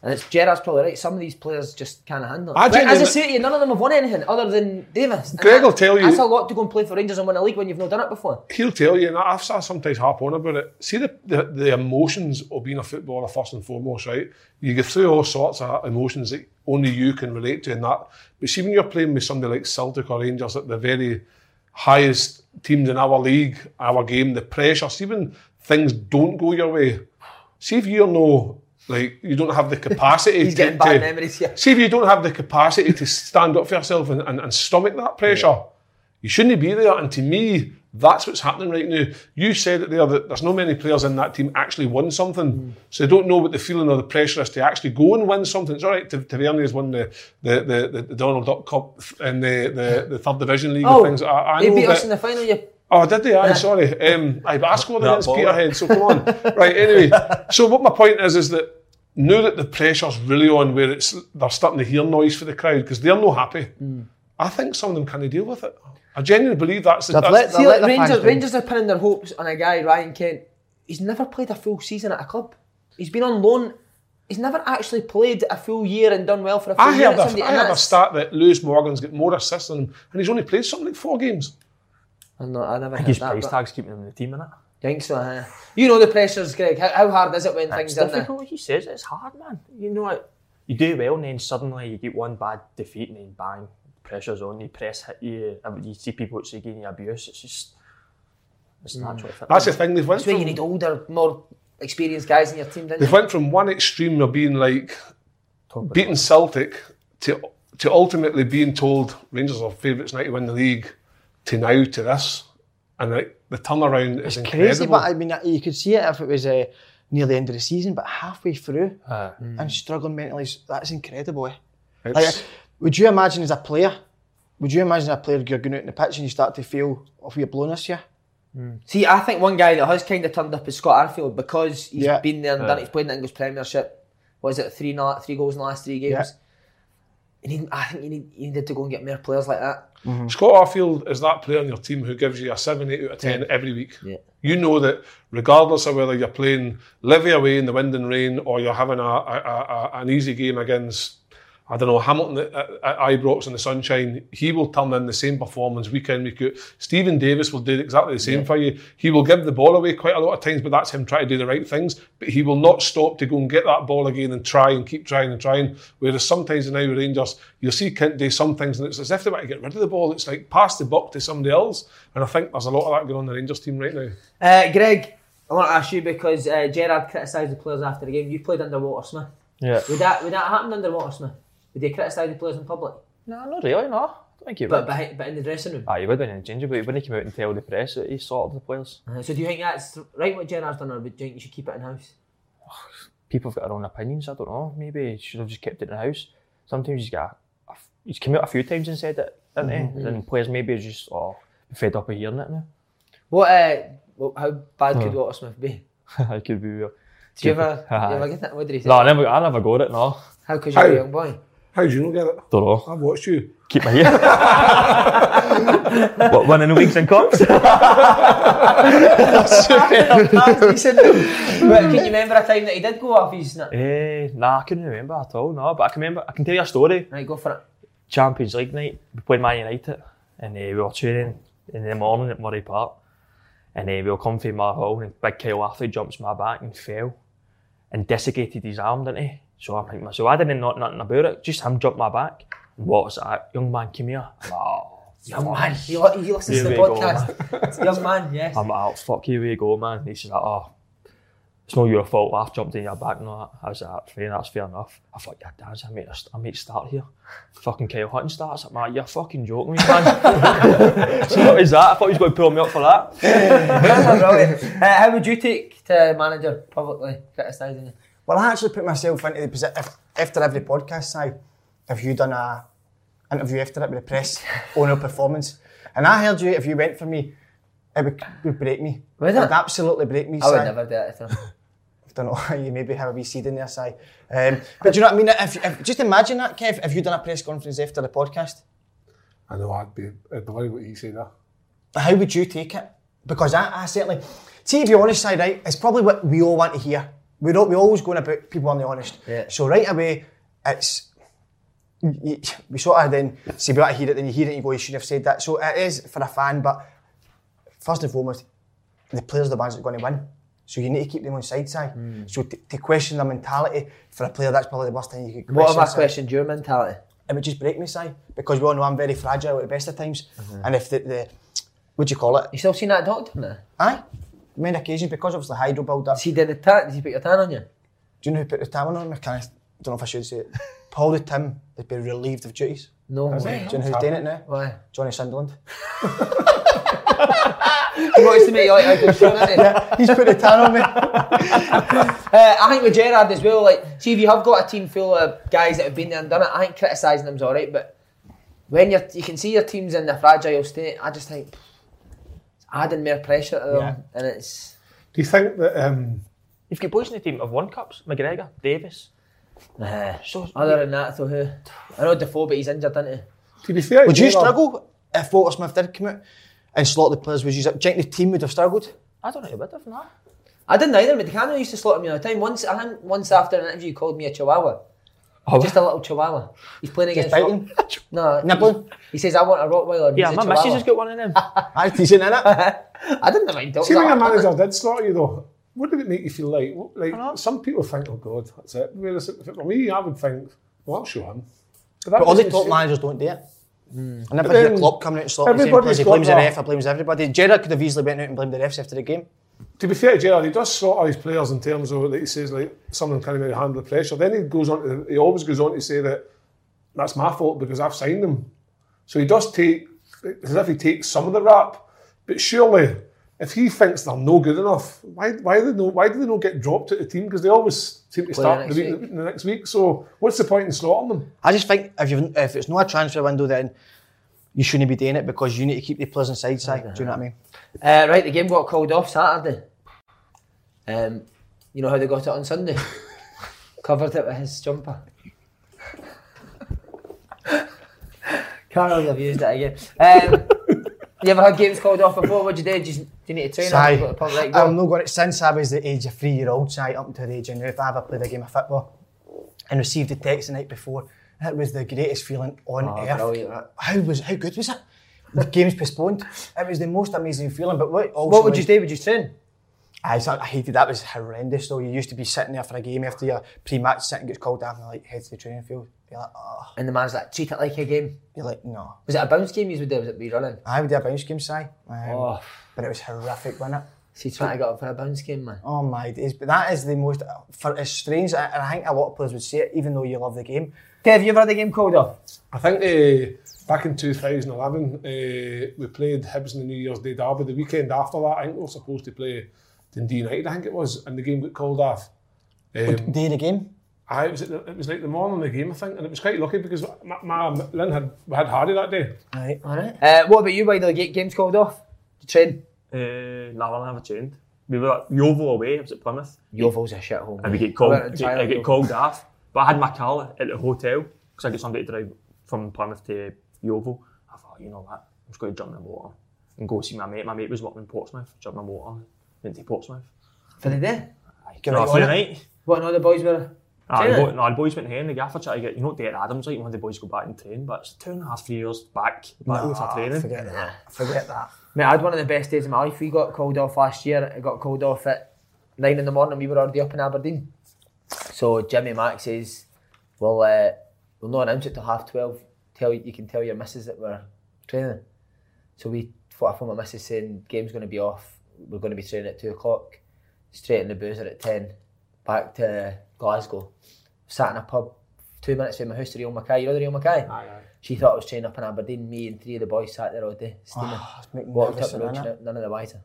Speaker 1: and it's Gerard's probably right, some of these players just can't handle it.
Speaker 3: I
Speaker 1: But as I
Speaker 3: genuinely-
Speaker 1: say to you, none of them have won anything other than Davis. And
Speaker 3: Greg
Speaker 1: that-
Speaker 3: will tell you-
Speaker 1: That's a lot to go and play for Rangers and win a league when you've not done it before.
Speaker 3: he'll tell you, and I've I sometimes harp on about it. See the, the the emotions of being a footballer first and foremost, right? You get through all sorts of emotions that only you can relate to, and that. But see, when you're playing with somebody like Celtic or Rangers at the very highest teams in our league, our game, the pressure. See when things don't go your way. See if you're no like you don't have the capacity.
Speaker 1: He's
Speaker 3: to,
Speaker 1: getting bad
Speaker 3: to-
Speaker 1: memories here.
Speaker 3: See if you don't have the capacity to stand up for yourself and, and, and stomach that pressure. You shouldn't be there. And to me, that's what's happening right now. You said it there that there's no many players in that team actually won something.
Speaker 1: Mm.
Speaker 3: So they don't know what the feeling or the pressure is to actually go and win something. It's all right. Tavernier has won the, the, the, the, the Donald Duck Cup and the, the, the Third Division League and things. I, I
Speaker 1: Oh, they
Speaker 3: know,
Speaker 1: beat
Speaker 3: but-
Speaker 1: us in the final. You
Speaker 3: Oh, did they? I'm sorry. Um, aye, but I scored
Speaker 5: That
Speaker 3: against
Speaker 5: ball.
Speaker 3: Peterhead, so come on. right, anyway. So what my point is, is that
Speaker 1: Mm.
Speaker 3: now that the pressure's really on where it's they're starting to hear noise for the crowd because they're no happy. I think some of them can't deal with it. I genuinely believe that's the
Speaker 4: They've let-
Speaker 3: that's-
Speaker 1: See, like
Speaker 4: let the fans
Speaker 1: Rangers,
Speaker 4: down.
Speaker 1: Rangers are pinning their hopes on a guy, Ryan Kent. He's never played a full season at a club. He's been on loan. He's never actually played a full year and done well for a full
Speaker 3: I
Speaker 1: year.
Speaker 3: heard,
Speaker 1: at somebody,
Speaker 3: a, I
Speaker 1: and
Speaker 3: heard a
Speaker 1: that's-
Speaker 3: stat that Lewis Morgan's got more assists than him, and he's only played something like four games.
Speaker 1: I'm not, I never
Speaker 2: I think
Speaker 1: heard
Speaker 2: his
Speaker 1: that.
Speaker 2: price
Speaker 1: but-
Speaker 2: tag's keeping him in the team, innit?
Speaker 1: I think so, huh? You know the pressures, Greg. How, how hard is it when
Speaker 2: It's
Speaker 1: things are in there?
Speaker 2: difficult. He says it's hard, man. You know it. You do well, and then suddenly you get one bad defeat, and then bang, pressure's on. You press hit you. uh, You see people actually getting abuse. It's just it's
Speaker 1: Hmm.
Speaker 2: natural.
Speaker 3: That's the thing they've went
Speaker 1: That's where you
Speaker 3: from-
Speaker 1: need older, more experienced guys in your team, didn't
Speaker 3: They
Speaker 1: you?
Speaker 3: went from one extreme of being like beating Celtic to to ultimately being told Rangers are favourites now to win the league to now to this, and like the turnaround is incredible.
Speaker 4: Crazy, but I mean, you could see it if it was uh, near the end of the season, but halfway through
Speaker 1: Hmm.
Speaker 4: and struggling mentally, that's incredible. eh? Like, would you imagine as a player? Would you imagine as a player you're going out in the pitch and you start to feel, oh, we're blown this year?
Speaker 1: See, I think one guy that has kind of turned up is Scott Arfield because he's
Speaker 4: Yeah.
Speaker 1: been there and done it. He's played in the English Premiership. What is it, three, in the la- three goals in the last three games? You need, I think you, need, you needed to go and get more players like that.
Speaker 3: Scott Arfield is that player on your team who gives you a 7, 8 out of 10 every week.
Speaker 1: Yeah.
Speaker 3: You know that regardless of whether you're playing Livy away in the wind and rain or you're having a, a, a, a- an easy game against, I don't know, Hamilton at, at Ibrox in the sunshine, he will turn in the same performance week in, week out. Stephen Davis will do exactly the same for you. He will give the ball away quite a lot of times, but that's him trying to do the right things. But he will not stop to go and get that ball again and try and keep trying and trying. Whereas sometimes now with Rangers, you'll see Kent do some things and it's as if they want to get rid of the ball. It's like pass the buck to somebody else. And I think there's a lot of that going on in the Rangers team right now.
Speaker 1: Uh, Greg, I want to ask you because uh, Gerard criticised the players after the game. You played under Walter Smith.
Speaker 2: yeah.
Speaker 1: Would that, would that happen under Walter Smith? Would they criticise the players in public?
Speaker 2: No, not really. No, I don't think you
Speaker 1: But,
Speaker 2: would.
Speaker 1: behind, but in the dressing room?
Speaker 2: Ah, you would in the ginger, but when he came out and tell the press that he sorted the players,
Speaker 1: Uh, So do you think that's right what Gerard's done, or do you think you should keep it in house?
Speaker 2: people have got their own opinions. I don't know. Oh, Maybe he should have just kept it in the house. Sometimes he's got. a f- He's come out a few times and said it, didn't
Speaker 1: Mm-hmm.
Speaker 2: he? And players maybe are just oh fed up of hearing it now.
Speaker 1: What? Uh, well, how bad
Speaker 2: Hmm.
Speaker 1: could Walter Smith be?
Speaker 2: I could be real.
Speaker 1: Do you ever, you
Speaker 2: Aye.
Speaker 1: ever get that? What did he say?
Speaker 2: No, I never, I never got it. No,
Speaker 1: How could you be a
Speaker 3: How?
Speaker 1: young boy?
Speaker 3: How do you not get it?
Speaker 2: don't know.
Speaker 3: I've watched you.
Speaker 2: Keep my ear. what winning weeks and cups?
Speaker 1: he said, but can you remember a time that he did go off his nut?
Speaker 2: Eh, nah, I couldn't remember at all. No, but I can remember. I can tell you a story.
Speaker 1: Right, go for it.
Speaker 2: Champions League night, we played Man United, and uh, we were training in the morning at Murray Park, and uh, we were coming through my hole, and big Kyle Athley jumps my back and fell, and desiccated his arm, didn't he? So I'm like, myself, I didn't know nothing about it. Just him jumped my back. And what's that? Young man, come here. I'm like, "Oh,
Speaker 1: Young man, he, li- he listens to
Speaker 2: Here
Speaker 1: the
Speaker 2: we go,
Speaker 1: podcast. Young man, yes.
Speaker 2: I'm like, oh, fuck, here we go, man. And he's like, oh, it's not your fault. I've jumped in your back and all that. I was like, fair, that's fair Ah, enough. I thought, yeah, Daz, I made a, st- I made a start here. Fucking Kyle Hutton starts. I'm like, you're fucking joking me, man. so what is that? I thought he was going to pull me up for that.
Speaker 1: Brilliant. Uh, how would you take to a manager publicly criticising you?
Speaker 4: Well, I actually put myself into the position if, after every podcast, Si, if you done a interview after it with the press on our performance, and I heard you, if you went for me, it would, would break me.
Speaker 1: Would
Speaker 4: it?
Speaker 1: it?
Speaker 4: would absolutely break me.
Speaker 1: I would
Speaker 4: Si.
Speaker 1: never do that to him.
Speaker 4: don't know, you maybe have a wee seed in there, Si. Um, but do you know what I mean? If, if, just imagine that, Kev, if you done a press conference after the podcast,
Speaker 3: I know, I'd be, I'd be worried what you say there.
Speaker 4: how would you take it? Because I, I certainly, see, to be honest, Si, right, it's probably what we all want to hear. We're, all, we're always going about people on the honest.
Speaker 1: Yeah.
Speaker 4: So right away, it's, y- y- we sort of then say, we want to hear it, then you hear it and you go, you should have said that. So it is for a fan, but first and foremost, the players are the ones that are going to win. So you need to keep them on side side.
Speaker 1: Hmm.
Speaker 4: So to, to question their mentality for a player, that's probably the worst thing you could question.
Speaker 1: What have I
Speaker 4: Si.
Speaker 1: questioned your mentality?
Speaker 4: it would just break me, Si, because we all know I'm very fragile at the best of times.
Speaker 1: Uh-huh.
Speaker 4: And if the, the what do you call
Speaker 1: You
Speaker 4: it?
Speaker 1: still seen that doctor now?
Speaker 4: Aye, many occasions because obviously hydro build up.
Speaker 1: Has he did the tan? Did he put your tan on you?
Speaker 4: Do you know who put the Tamil on? I can't, don't know if I should say it. Paul the Tim has been relieved of duties.
Speaker 1: No.
Speaker 4: Do you know who's doing it now?
Speaker 1: Why?
Speaker 4: Johnny Sunderland.
Speaker 1: He wants to make you like Michael Shannon, doesn't he?
Speaker 4: He's put the tan on me.
Speaker 1: Uh, I think with Gerard as well, like, see if you have got a team full of guys that have been there and done it, I think criticising them's all right, but when you're, you can see your team's in the fragile state, I just think it's adding more pressure to them, and it's
Speaker 3: Do you think that um,
Speaker 2: You've got boys in the team of one cups. McGregor, Davis.
Speaker 1: other than that. So who? I know Defoe, but he's injured, isn't he?
Speaker 3: To be fair,
Speaker 4: Would you
Speaker 3: yeah,
Speaker 4: struggle if Walter Smith did come out and slot the players? Would you? Do you think the team would have struggled?
Speaker 1: I don't know who would have, nah. I didn't either, but the camera used to slaughter me all the time. Once, I think once after an interview, he called me a chihuahua.
Speaker 2: Oh.
Speaker 1: Just a little chihuahua. He's playing against.
Speaker 4: biting?
Speaker 1: Rock- no.
Speaker 4: Nibbling?
Speaker 1: He, he says, I want a Rottweiler.
Speaker 2: Yeah,
Speaker 1: He's a
Speaker 2: my missus
Speaker 1: chihuahua."
Speaker 2: has got one of them.
Speaker 4: Aye, decent in it.
Speaker 1: I didn't mind dogs.
Speaker 3: See, when
Speaker 1: I-
Speaker 3: your manager did slaughter you, though, what did it make you feel like? What- Like some people think, "Oh God, that's it." Whereas if it were me, I would think, "Well, I'll show him." But, that
Speaker 4: But all the
Speaker 3: doesn't
Speaker 4: top
Speaker 3: suit-
Speaker 4: managers don't do it. I never hear
Speaker 3: then
Speaker 4: Klopp coming out and slotting the same
Speaker 3: Hmm. Um, everybody's
Speaker 4: players. He
Speaker 3: got
Speaker 4: blames the
Speaker 3: that.
Speaker 4: ref, he blames everybody. Gerrard could have easily went out and blamed the refs after the game.
Speaker 3: To be fair, to Gerard, he does slaughter his players in terms of like he says, like some of them can't really handle the pressure. Then he goes on, to, he always goes on to say that that's my fault because I've signed him. So he does take, it's as if he takes some of the rap. But surely, if he thinks they're no good enough, why why do they no, why do they not get dropped at the team? Because they always seem to start
Speaker 1: next
Speaker 3: the, week, the next week. So what's the point in slaughtering them?
Speaker 4: I just think if you if it's not a transfer window, then you shouldn't be doing it because you need to keep the players inside side. Do you know what I mean?
Speaker 1: Uh, right, the game got called off Saturday. Um, you know how they got it on Sunday? Covered it with his jumper. Can't really have used that again. Um, you ever had games called off before? What'd you do? Do you, do you need to train?
Speaker 4: Si,
Speaker 1: or go to the pub? Right, go.
Speaker 4: I'm not going to, since I was the age of three year old, Si, up until the age of now, if I ever played a game of football and received a text the night before, it was the greatest feeling on earth.
Speaker 1: Ah, brilliant, that.
Speaker 4: How was how good was it? The game's postponed. It was the most amazing feeling. But what also
Speaker 1: what would
Speaker 4: was-
Speaker 1: you do? Would you train?
Speaker 4: I, so- I hated that. was horrendous. Though you used to be sitting there for a game after your pre-match sitting gets called down and like head to the training field. You're like, oh,
Speaker 1: And the man's like, treat it like a game.
Speaker 4: you're like, no.
Speaker 1: Was it a bounce game you would do? Was it be running?
Speaker 4: I would do a bounce game, Si. Um,
Speaker 1: Oh.
Speaker 4: But it was horrific, wasn't it?
Speaker 1: See, trying to get up for a bounce game, man.
Speaker 4: Oh my days! But that is the most for as strange, and I think a lot of players would say it, even though you love the game.
Speaker 1: Kev, you ever had a game called off?
Speaker 3: I think uh, back in 2011, uh, we played Hibs in the New Year's Day derby. The weekend after that, I think we were supposed to play Dundee United, I think it was, and the game got called off. Um,
Speaker 4: Day of the game.
Speaker 3: I, it, was, it was like the morning of the game, I think, and it was quite lucky because my, my Lynn had, had Hardy that day.
Speaker 4: Right.
Speaker 1: Uh, what about you? Why did the ga- games called off? Did you train?
Speaker 2: Uh, no, I never trained. We were at Yeovil away, I was at Plymouth,
Speaker 1: Yovel's a shithole.
Speaker 2: and we
Speaker 1: mate.
Speaker 2: get called,
Speaker 1: I went to
Speaker 2: I
Speaker 1: Thailand,
Speaker 2: get called off. But I had my car at the hotel, because I got somebody to drive from Plymouth to Yeovil. I thought, you know what, I'm just going to jump in the water and go see my mate. My mate was working in Portsmouth, jumped in the water, went to Portsmouth.
Speaker 1: For the day?
Speaker 4: Give
Speaker 2: No,
Speaker 4: it
Speaker 2: for the
Speaker 4: on it.
Speaker 2: night.
Speaker 1: What, and all the boys were?
Speaker 2: Aye, the
Speaker 1: Really?
Speaker 2: boy, no, the boys went here and the gaffer tried to get, you know, Dare Adams, like, one of the boys go back and train, but it's two and a half, three years back, back with our training.
Speaker 4: Forget that. Forget that.
Speaker 1: Mate, I had one of the best days of my life. We got called off last year. It got called off at nine in the morning. We were already up in Aberdeen. So Jimmy Mack says, "Well, uh, we'll not announce it till half twelve. Tell you can tell your missus that we're training." So we fought from my missus saying, "Game's going to be off. We're going to be training at two o'clock. Straight in the boozer at ten. Back to Glasgow. Sat in a pub." Two minutes from my house to Real Mackay. You know the Real Mackay? She thought I was training up in Aberdeen. Me and three of the boys sat there all day. steaming.
Speaker 4: Oh, making me
Speaker 1: Walked
Speaker 4: nervous,
Speaker 1: up the
Speaker 4: isn't
Speaker 1: road,
Speaker 4: it?
Speaker 1: none- none of the wiser.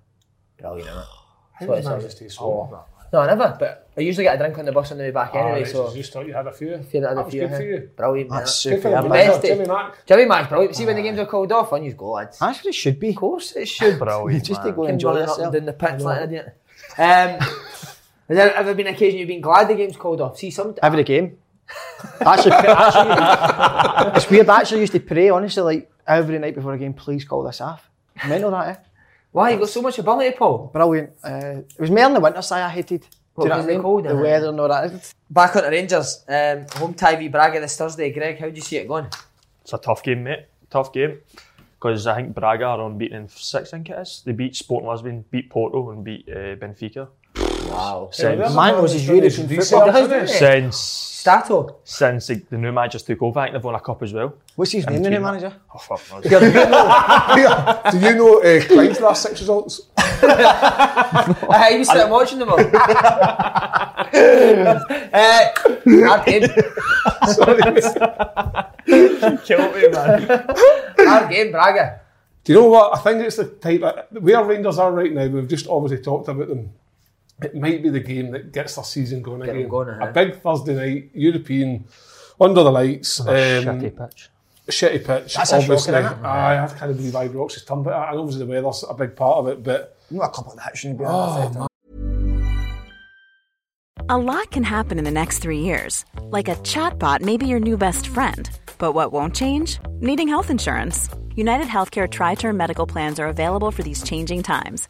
Speaker 1: Brilliant, innit?
Speaker 3: How
Speaker 1: what it's
Speaker 3: did you
Speaker 1: all-
Speaker 3: manage to stay sober?
Speaker 1: No, I never. But I usually get a drink on the bus on the way back
Speaker 3: Ah,
Speaker 1: anyway.
Speaker 3: right,
Speaker 1: so
Speaker 3: so you just thought you had a few.
Speaker 1: feeling that
Speaker 3: that
Speaker 1: had a
Speaker 3: was
Speaker 1: few.
Speaker 3: good for you.
Speaker 1: Brilliant.
Speaker 4: That's
Speaker 1: That's Ah.
Speaker 3: Good for
Speaker 4: super.
Speaker 3: the
Speaker 1: the
Speaker 3: manager,
Speaker 1: best day.
Speaker 3: Jimmy Mack.
Speaker 1: Jimmy Mack's brilliant. See when the games are called off, on you go, lads.
Speaker 4: That's what it should be. Of course,
Speaker 1: It should.
Speaker 2: Brilliant,
Speaker 4: just to
Speaker 2: man.
Speaker 4: go
Speaker 1: Fucking
Speaker 4: and enjoy
Speaker 1: running up and
Speaker 4: yourself.
Speaker 1: down the pitch like an idiot. Um, has there ever been an occasion you've been glad the game's called off? See, some
Speaker 4: Every game. Actually, actually, it's weird. I actually used to pray honestly, like every night before a game. Please call this off. Mental that, eh?
Speaker 1: why you got so much ability, Paul?
Speaker 4: Brilliant. Uh, it was more in the winter, si I hated. Do
Speaker 1: What,
Speaker 4: you know
Speaker 1: was
Speaker 4: what
Speaker 1: it
Speaker 4: I mean?
Speaker 1: cold,
Speaker 4: the
Speaker 1: eh?
Speaker 4: weather and all that.
Speaker 1: Back on the Rangers, um, home tie v Braga this Thursday. Greg, how do you see it going?
Speaker 2: It's a tough game, mate. Tough game. Because I think Braga are unbeaten in six, I think it is. They beat Sporting Lisbon, beat Porto, and beat uh, Benfica.
Speaker 1: Wow.
Speaker 2: Since,
Speaker 4: Mine was his European football.
Speaker 2: since,
Speaker 1: Stato.
Speaker 2: since the, the new managers took over, I think they've won a cup as well.
Speaker 4: What's his name, the new manager?
Speaker 2: Oh, fuck. no.
Speaker 3: Do you know uh, Clyde's last six results?
Speaker 1: Aye, you sitting watching them all. uh, our game,
Speaker 2: Kill me, man.
Speaker 1: our game, Braga.
Speaker 3: Do you know what? I think it's the type of, where Rangers are right now. We've just obviously talked about them. It might be the game that gets their season going
Speaker 1: them
Speaker 3: again.
Speaker 1: going,
Speaker 3: a
Speaker 4: eh?
Speaker 1: aye.
Speaker 3: big Thursday night European under the lights, um,
Speaker 2: Shitty pitch.
Speaker 3: shitty pitch.
Speaker 4: Oh, That's a
Speaker 3: obviously,
Speaker 4: shocker, isn't it?
Speaker 3: aye, I kind of believe Ibrox has turned, but and obviously the weather's a big part of it. But
Speaker 4: Not a couple of that shouldn't be.
Speaker 3: oh,
Speaker 6: A lot can happen in the next three years. Like a chatbot may be your new best friend. But what won't change? Needing health insurance. United Healthcare Tri Term Medical Plans are available for these changing times.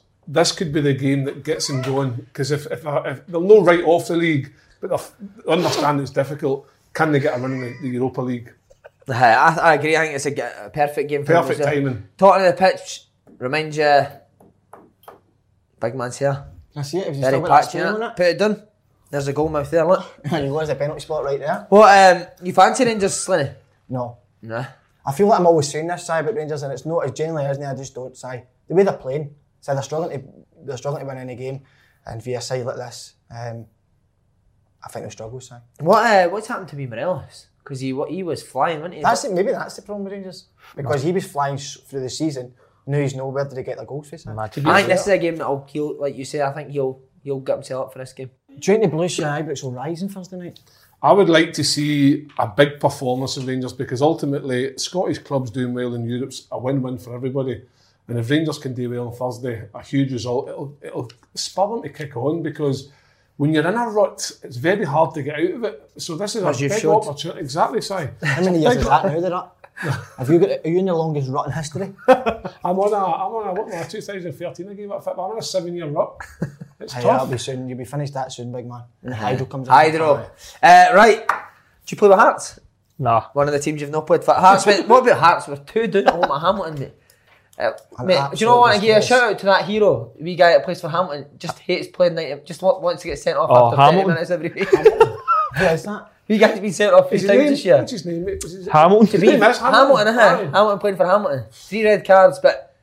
Speaker 3: this could be the game that gets them going because if, if, if they'll no right off the league, but they'll- they understand it's difficult. Can they get a run in the, the Europa League?
Speaker 1: Aye, I, I agree. I think it's a, ge- a perfect game for
Speaker 3: Perfect
Speaker 1: Brazil.
Speaker 3: timing.
Speaker 1: Talking to the pitch reminds you, big man's here.
Speaker 4: I see it. Have you
Speaker 1: Very
Speaker 4: still got
Speaker 1: patchy,
Speaker 4: that on
Speaker 1: innit? Put it down. There's a goal mouth there, look.
Speaker 4: it? you lost the penalty spot right there.
Speaker 1: What, um, you fancy Rangers, Slinny?
Speaker 4: No.
Speaker 1: Nah.
Speaker 4: I feel like I'm always saying this, Si, about Rangers, and it's not, it generally isn't, I just don't, Si. The way they're playing, Si, they're struggling to, they're struggling to win any game, and via a side like this, um, I think they'll struggle, Si.
Speaker 1: What, uh, what's happened to be Morelos? Because he, wa- he was flying, wasn't he?
Speaker 4: That's it, maybe that's the problem with Rangers, because he was flying s- through the season, now he's nowhere, did he get the goals for, Si?
Speaker 1: I think this is a game that'll he'll, like you say. I think he'll he'll get himself up for this game.
Speaker 4: Do you think the Blue Sky Ibrox will rise on Thursday night?
Speaker 3: I would like to see a big performance of Rangers because ultimately Scottish clubs doing well in Europe's a win-win for everybody. And if Rangers can do well on Thursday, a huge result, it'll, it'll spur them to kick on because when you're in a rut, it's very hard to get out of it. So this is
Speaker 1: As
Speaker 3: a
Speaker 1: you've
Speaker 3: big
Speaker 1: showed.
Speaker 3: opportunity. Exactly, Si.
Speaker 4: How many years is that now, they're up? Have you got, are you in the longest rut in history?
Speaker 3: I'm on a, I'm on a, what, was it, 2013 I gave up football. I'm on a seven-year rut. It's
Speaker 4: Aye,
Speaker 3: tough.
Speaker 4: that'll be soon, you'll be finished that soon, big man. Hydro comes in.
Speaker 1: Hydro. Uh, right. Do you play with Hearts?
Speaker 2: Nah.
Speaker 1: One of the teams you've not played for. Hearts. wait, what about Hearts? We're two down at home at Hamilton. Mate. Uh,
Speaker 4: An
Speaker 1: mate, do you know
Speaker 4: absolute
Speaker 1: what? I give a
Speaker 4: disgrace.
Speaker 1: shout out to that hero, the wee guy that plays for Hamilton. Just hates playing night. Just wa- wants to get sent off
Speaker 2: Oh,
Speaker 1: after 30
Speaker 2: Hamilton?
Speaker 1: minutes every week.
Speaker 4: Who is that?
Speaker 1: wee guy's been sent off three
Speaker 3: Is his name?
Speaker 1: times this year.
Speaker 3: What's his name? Is his-
Speaker 2: Hamilton.
Speaker 3: His name is
Speaker 1: Hamilton,
Speaker 3: Hamilton.
Speaker 1: isn't it?
Speaker 3: Aye.
Speaker 1: Hamilton playing for Hamilton. Three red cards, but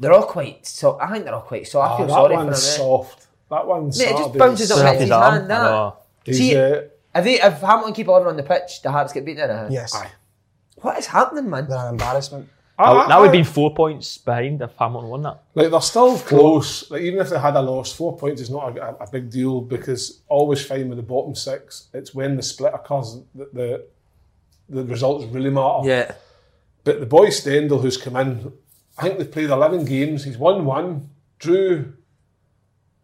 Speaker 1: they're all quite. So I think they're all quite. So I
Speaker 3: Ah,
Speaker 1: feel
Speaker 3: that
Speaker 1: sorry for them.
Speaker 3: one's
Speaker 1: eh?
Speaker 3: soft. That one's
Speaker 1: Mate, it just
Speaker 3: Saturday.
Speaker 1: bounces up
Speaker 2: Still have
Speaker 1: Messi's
Speaker 2: his arm.
Speaker 1: hand,
Speaker 2: I
Speaker 1: that.
Speaker 2: know.
Speaker 3: He's,
Speaker 1: See-
Speaker 3: uh,
Speaker 1: If, they, if Hamilton keep ordering on the pitch, the Hearts get beaten. eh?
Speaker 4: Yes.
Speaker 1: What is happening, man?
Speaker 4: They're an embarrassment.
Speaker 3: I-
Speaker 2: That would
Speaker 3: I-
Speaker 2: be four points behind if Hamilton won that.
Speaker 3: Like they're still close. Like even if they had a loss, four points is not a, a big deal because always fine with the bottom six. It's when the split occurs that the the results really matter.
Speaker 1: Yeah.
Speaker 3: But the boy Stendel, who's come in, I think they've played eleven games. He's won one, drew.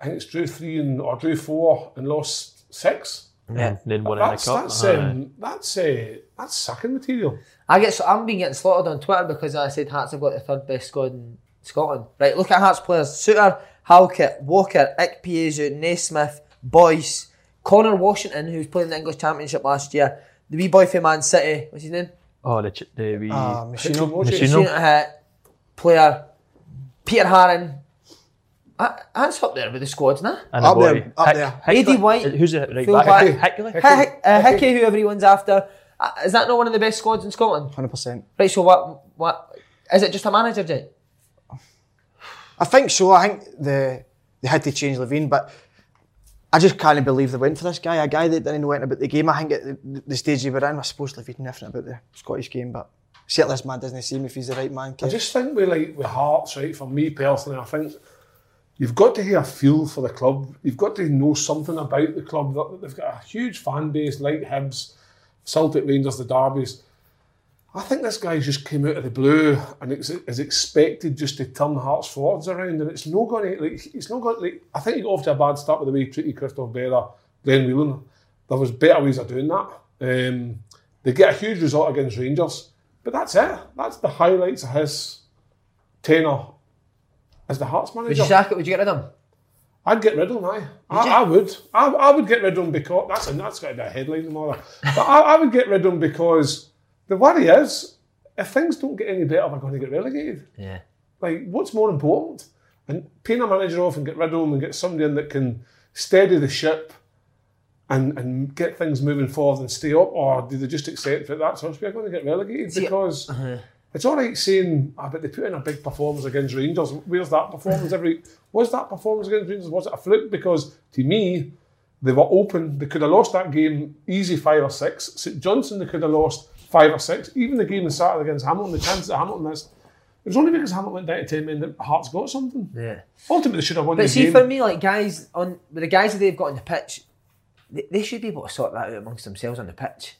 Speaker 3: I think it's drew three and or drew four and lost six.
Speaker 2: Yeah. Then won in the
Speaker 3: That's
Speaker 2: cup.
Speaker 3: that's
Speaker 2: Aye.
Speaker 3: um, that's uh, that's sucking material.
Speaker 1: I get. So I'm being getting slaughtered on Twitter because I said Hearts have got the third best squad in Scotland. Right. Look at Hearts players: Suter, Halkett, Walker, Ikpiezu, Naismith, Boyce, Connor Washington, who's playing the English Championship last year. The wee boy from Man City. What's his name?
Speaker 2: Oh, the, ch- the wee
Speaker 1: Mm.
Speaker 4: Ah, Machino.
Speaker 2: machine.
Speaker 1: Seen it hit, player Peter Harron. I, that's up there with the squads, nah.
Speaker 2: and the
Speaker 4: Up there,
Speaker 2: boy.
Speaker 4: up
Speaker 2: Hick-
Speaker 4: there.
Speaker 2: Hick-
Speaker 1: Eddie White,
Speaker 2: Who's the right
Speaker 1: full
Speaker 2: back?
Speaker 1: back.
Speaker 2: Hickley?
Speaker 1: Hickey, uh, Hickey, who everyone's after, uh, is that not one of the best squads in Scotland?
Speaker 4: 100%.
Speaker 1: Right. So what? What is it? Just a manager, Jay?
Speaker 4: I think so. I think the they had to change Levine, but I just can't believe they went for this guy. A guy that didn't know anything about the game. I think at the, the stage they were in, I suppose Levine knew nothing about the Scottish game, but certainly this man doesn't seem if he's the right man.
Speaker 3: I just think we like with hearts, right? For me personally, I think you've got to have a feel for the club. You've got to know something about the club. That- that They've got a huge fan base, like Hibs, Celtic Rangers, the Derbies. I think this guy just came out of the blue and it's, is expected just to turn Hearts forwards around, and it's not going to. Like, it's not going. Like, I think he got off to a bad start with the way he treated Christoph Berra, Glenn Whelan. There was better ways of doing that. Um, they get a huge result against Rangers, but that's it. That's the highlights of his tenure as the Hearts manager.
Speaker 1: Would you sack it? Would you get rid of him?
Speaker 3: I'd get rid of him, aye. I, I would. I, I would get rid of him because that's that's got to be a headline tomorrow. But I, I would get rid of him because the worry is if things don't get any better, we're going to get relegated.
Speaker 1: Yeah.
Speaker 3: Like, what's more important? And paying a manager off and get rid of him and get somebody in that can steady the ship and and get things moving forward and stay up, or do they just accept that that's us? We're going to get relegated
Speaker 1: See, uh-huh.
Speaker 3: because. It's all right saying, ah, but they put in a big performance against Rangers. Where's that performance every? Was that performance against Rangers? Was it a fluke? Because to me, they were open. They could have lost that game easy five or six. St Johnson, they could have lost five or six. Even the game on Saturday against Hamilton, the chances that Hamilton missed. It was only because Hamilton went down to ten men that Hearts got something.
Speaker 1: Yeah.
Speaker 3: Ultimately, they should have won
Speaker 1: But
Speaker 3: the
Speaker 1: see,
Speaker 3: game.
Speaker 1: for me, like guys on with the guys that they've got on the pitch, they, they should be able to sort that out amongst themselves on the pitch.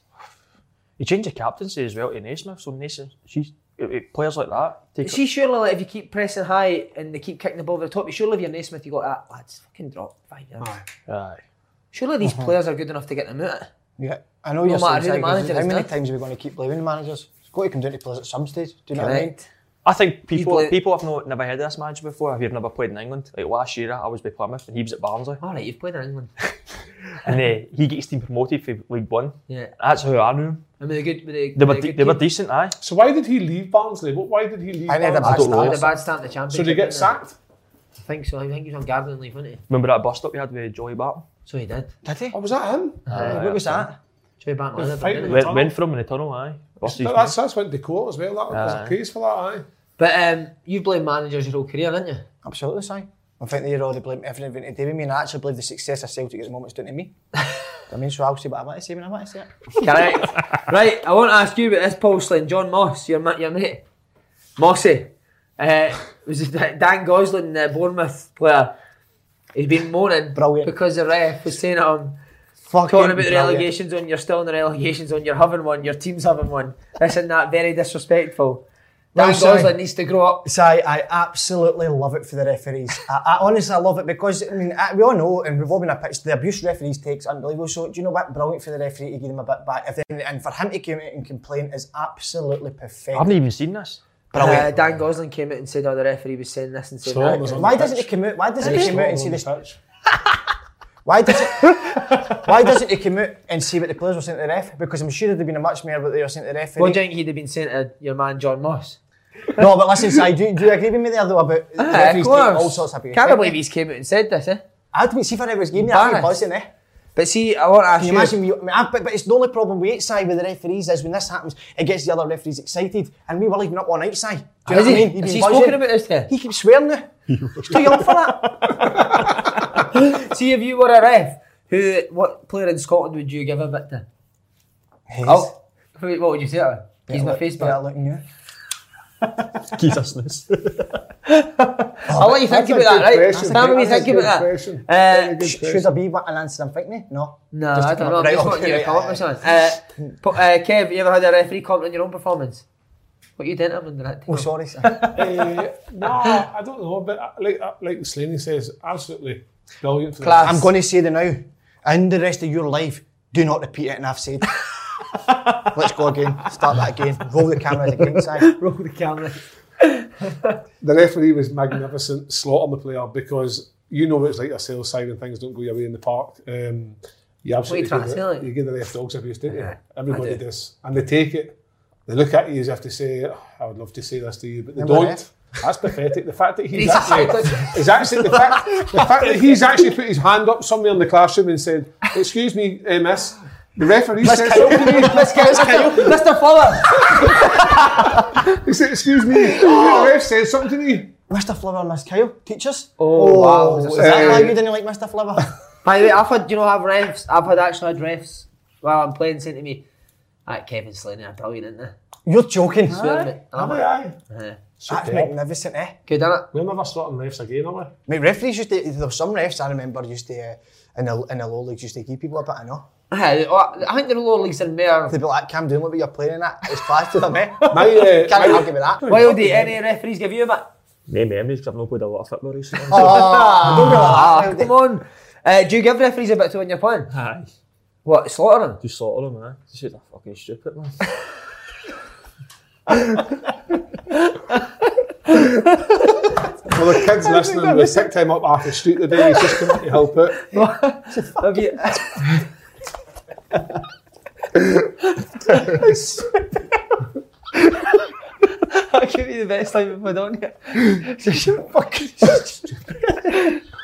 Speaker 2: You change the captaincy as well to Naismith, so Naismith, she's, it, it- players like that take
Speaker 1: See, surely, like if you keep pressing high and they keep kicking the ball over the top, surely if you're Naismith, you got that lads fucking drop five yards.
Speaker 2: Aye.
Speaker 1: Surely these players are good enough to get them out.
Speaker 4: Yeah, I know
Speaker 1: No
Speaker 4: you're
Speaker 1: matter who
Speaker 4: saying
Speaker 1: the
Speaker 4: Tigers,
Speaker 1: manager
Speaker 4: How
Speaker 1: is
Speaker 4: many
Speaker 1: now.
Speaker 4: times are we going to keep blaming managers? It's got to come down to players at some stage. Do you know what I mean?
Speaker 1: Correct.
Speaker 2: I think people
Speaker 1: play-
Speaker 2: people have not, never heard of this manager before. If you've never played in England, like last year I was with Plymouth and he was at Barnsley,
Speaker 1: All right, you've played in England.
Speaker 2: and uh, he gets team promoted for League One.
Speaker 1: Yeah,
Speaker 2: That's how I knew him.
Speaker 1: I mean, they're good. They're,
Speaker 2: They were
Speaker 1: they're
Speaker 2: de-
Speaker 1: good
Speaker 2: they were
Speaker 1: team.
Speaker 2: decent, aye.
Speaker 3: so why did he leave Barnsley? What? Why did he leave?
Speaker 4: I had a
Speaker 3: Barnsley?
Speaker 4: bad
Speaker 1: They had a
Speaker 4: start.
Speaker 1: bad start in the championship.
Speaker 3: So did he
Speaker 1: didn't
Speaker 3: get sacked?
Speaker 1: I think so. I think he was on gardening leave, wasn't he?
Speaker 2: Remember that bust up we had with Joey Barton?
Speaker 1: So he did.
Speaker 4: Did he?
Speaker 3: Oh, was that him?
Speaker 4: Aye, what was that?
Speaker 1: Joey Barton was
Speaker 3: The
Speaker 1: it,
Speaker 3: fight
Speaker 1: but didn't
Speaker 3: with
Speaker 1: he?
Speaker 2: Went, went for him in the tunnel, aye. Bust his
Speaker 3: That- that's that's went to court as well. That was a case for that. Aye.
Speaker 1: But um, you blame managers your whole career, didn't you?
Speaker 4: Absolutely, si. In fact, they're already blaming everything to do with me, and I actually believe the success of Celtic at the moment is down to me. Do you know what I mean, so I'll say what I want to say when I want to say it.
Speaker 1: Correct. right, I want to ask you about this, Paul Slynn. John Moss, your, ma- your mate. Mossy. Uh, was it Dan Gosling, the Bournemouth player? He's been moaning
Speaker 4: Brilliant.
Speaker 1: because the ref was saying to him,
Speaker 4: Fucking
Speaker 1: talking about the
Speaker 4: brilliant.
Speaker 1: relegations on, you're still in the relegations on, you're having one, your team's having one. This and that, very disrespectful. Dan
Speaker 4: Well, sorry.
Speaker 1: Gosling needs to grow up.
Speaker 4: Si, I absolutely love it for the referees. I, I honestly I love it because I mean I, we all know, and we've all been a pitch. The abuse referees takes unbelievable. So do you know what? Brilliant for the referee to give them a bit back. If they, and for him to come out and complain is absolutely perfect.
Speaker 2: I've not even seen this.
Speaker 1: Uh, Dan Gosling came out and said, oh, the referee was saying this and saying
Speaker 3: Scotland
Speaker 1: that.
Speaker 3: was on
Speaker 4: why
Speaker 3: the
Speaker 4: doesn't he
Speaker 3: pitch.
Speaker 4: come out? Why doesn't he come out and see
Speaker 3: Scotland
Speaker 4: the?
Speaker 3: was on the pitch.
Speaker 4: Why doesn't Why doesn't he come out and see what the players were saying to the ref? Because I'm sure there'd have been a much more what they were saying to the referee.
Speaker 1: What do you think he'd have been saying to your man John Moss?
Speaker 4: no, but listen, Si, do, do you agree with me there though about the referees doing all sorts of abuse?
Speaker 1: Ah, Can't believe he's came out and said this, eh?
Speaker 4: I'd be see for every game. I'd be
Speaker 1: Embarrassed.
Speaker 4: buzzing, eh?
Speaker 1: But see, I want to ask
Speaker 4: Can you imagine? We, I mean, I, but, but it's the only problem we side with the referees is when this happens, it gets the other referees excited, and we were leaving up one night side. Do you know
Speaker 1: Has
Speaker 4: what I
Speaker 1: he?
Speaker 4: mean? He'd
Speaker 1: Has
Speaker 4: been
Speaker 1: he
Speaker 4: buzzing.
Speaker 1: spoken about this then?
Speaker 4: He keeps swearing now. He's too young for that.
Speaker 1: See, if you were a ref, who, what player in Scotland would you give a bit to? Oh, who, what would you say? to him? He's my face
Speaker 4: Better
Speaker 1: back.
Speaker 4: looking you.
Speaker 2: Jesus.
Speaker 1: I'll let Oh, you think about that,
Speaker 3: That's a good
Speaker 1: right?
Speaker 3: question.
Speaker 1: Stand with me,
Speaker 3: That's
Speaker 1: think about
Speaker 3: a good
Speaker 1: that.
Speaker 3: question. Very
Speaker 1: Uh,
Speaker 3: good
Speaker 4: Sh-
Speaker 3: question.
Speaker 4: Should I be what an answer I'm thinking? No. Oh,
Speaker 1: no,
Speaker 4: Just
Speaker 1: I
Speaker 4: to come
Speaker 1: don't know.
Speaker 4: up-
Speaker 1: I'm just
Speaker 4: right,
Speaker 1: wanting you
Speaker 4: okay,
Speaker 1: to come up
Speaker 4: right,
Speaker 1: with something. Uh, po- uh, Kev, you ever had a referee comment on your own performance? What you did to him on the night?
Speaker 4: Oh, sorry. sir.
Speaker 3: Eh, no, I don't know, but uh, like uh, like Slaney says, absolutely brilliant. For the-
Speaker 1: Class.
Speaker 4: I'm going to say the now, in the rest of your life, do not repeat it. And I've said, let's go again. Start that again. Roll the cameras again, side.
Speaker 1: Roll the camera.
Speaker 3: The referee was magnificent, slaughtering the player because you know what it's like a sales side when things don't go your way in the park. Um, you absolutely
Speaker 1: trying
Speaker 3: give
Speaker 1: to
Speaker 3: the-
Speaker 1: say, like?
Speaker 3: you give the ref dogs abuse, don't you?
Speaker 1: I
Speaker 3: Everybody
Speaker 1: do.
Speaker 3: does, and they take it. They look at you as if to say, "Oh, "I would love to say this to you," but they
Speaker 4: Remember
Speaker 3: don't.
Speaker 4: that?
Speaker 3: That's pathetic. The fact that he's
Speaker 1: He's
Speaker 3: actually,
Speaker 1: like-
Speaker 3: is actually the fact, the fact that he's actually put his hand up somewhere in the classroom and said, "Excuse me, eh, miss." The referee says,
Speaker 1: Let's get this Mr. Fuller.
Speaker 3: He said, excuse me. The ref said something to me.
Speaker 4: Mr. Flubber and Miss Kyle, teachers.
Speaker 1: Oh, wow.
Speaker 4: Is that why
Speaker 3: eh.
Speaker 4: you didn't like Mr. Flubber?
Speaker 1: By the way, I've had, you know, I've refs, I've had actually had refs while I'm playing saying to "Ah, me, that Kevin Slaney are brilliant, isn't they?
Speaker 4: You're joking.
Speaker 1: Swear to me. And I'm like,
Speaker 3: Aye, aye.
Speaker 1: "Eh."
Speaker 4: That's
Speaker 3: Superb.
Speaker 4: magnificent, eh?
Speaker 1: Good, innit?
Speaker 3: We never starting refs again, are we?
Speaker 4: Mate, referees used to, there were some refs I remember used to, uh, in, the, in the low leagues, used to give people a bit of no.
Speaker 1: Aye, Uh-huh. I I think the lower leagues are more.
Speaker 4: They'd be like, Cam Doon, look what you're playing at. It's class to them, eh?
Speaker 3: My, uh,
Speaker 4: Can't
Speaker 3: my-
Speaker 4: argue with that.
Speaker 1: Wildy, any referees give you a bit?
Speaker 2: Name memories, 'cause I've not played a lot of football recently.
Speaker 4: Ah, don't be
Speaker 1: Ah,
Speaker 4: like
Speaker 1: come
Speaker 4: that, Wildy.
Speaker 1: on. Uh, do you give referees a bit to when you're playing?
Speaker 2: Aye.
Speaker 1: What, slaughter them?
Speaker 2: Just sort of them, man. This is a fucking stupid, man.
Speaker 3: Well, the kids listening, we picked him up off the street today. He's just come out to help out.
Speaker 1: Have you? I'll give you the best time I've had on here. So you're fucking stupid.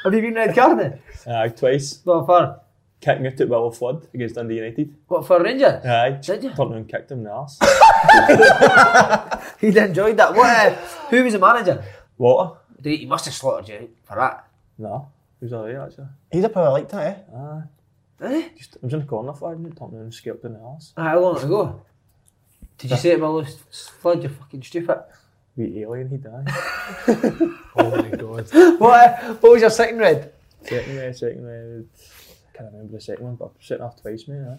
Speaker 1: Have you been red carded?
Speaker 2: Aye, twice.
Speaker 1: What for?
Speaker 2: Kicking it at Willow Flood against Dundee United.
Speaker 1: What for Ranger?
Speaker 2: Aye.
Speaker 1: Did you?
Speaker 2: Turned and kicked him in the arse.
Speaker 1: He'd enjoyed that. What? Uh, who was the manager?
Speaker 2: Water?
Speaker 1: He he must have slaughtered you for that.
Speaker 2: No. He was alright, actually.
Speaker 4: He'd have probably liked that, eh?
Speaker 2: Just, I was in the corner for it, and it turned around and scalped him in the arse.
Speaker 1: Aye, How long ago? Did you say it, Willow Flood? You're fucking stupid.
Speaker 2: We alien, he died.
Speaker 3: Oh my god.
Speaker 1: What, uh, what was your second red?
Speaker 2: second red, second red. I can't remember the second one, but I've sitting off twice, mate. Right?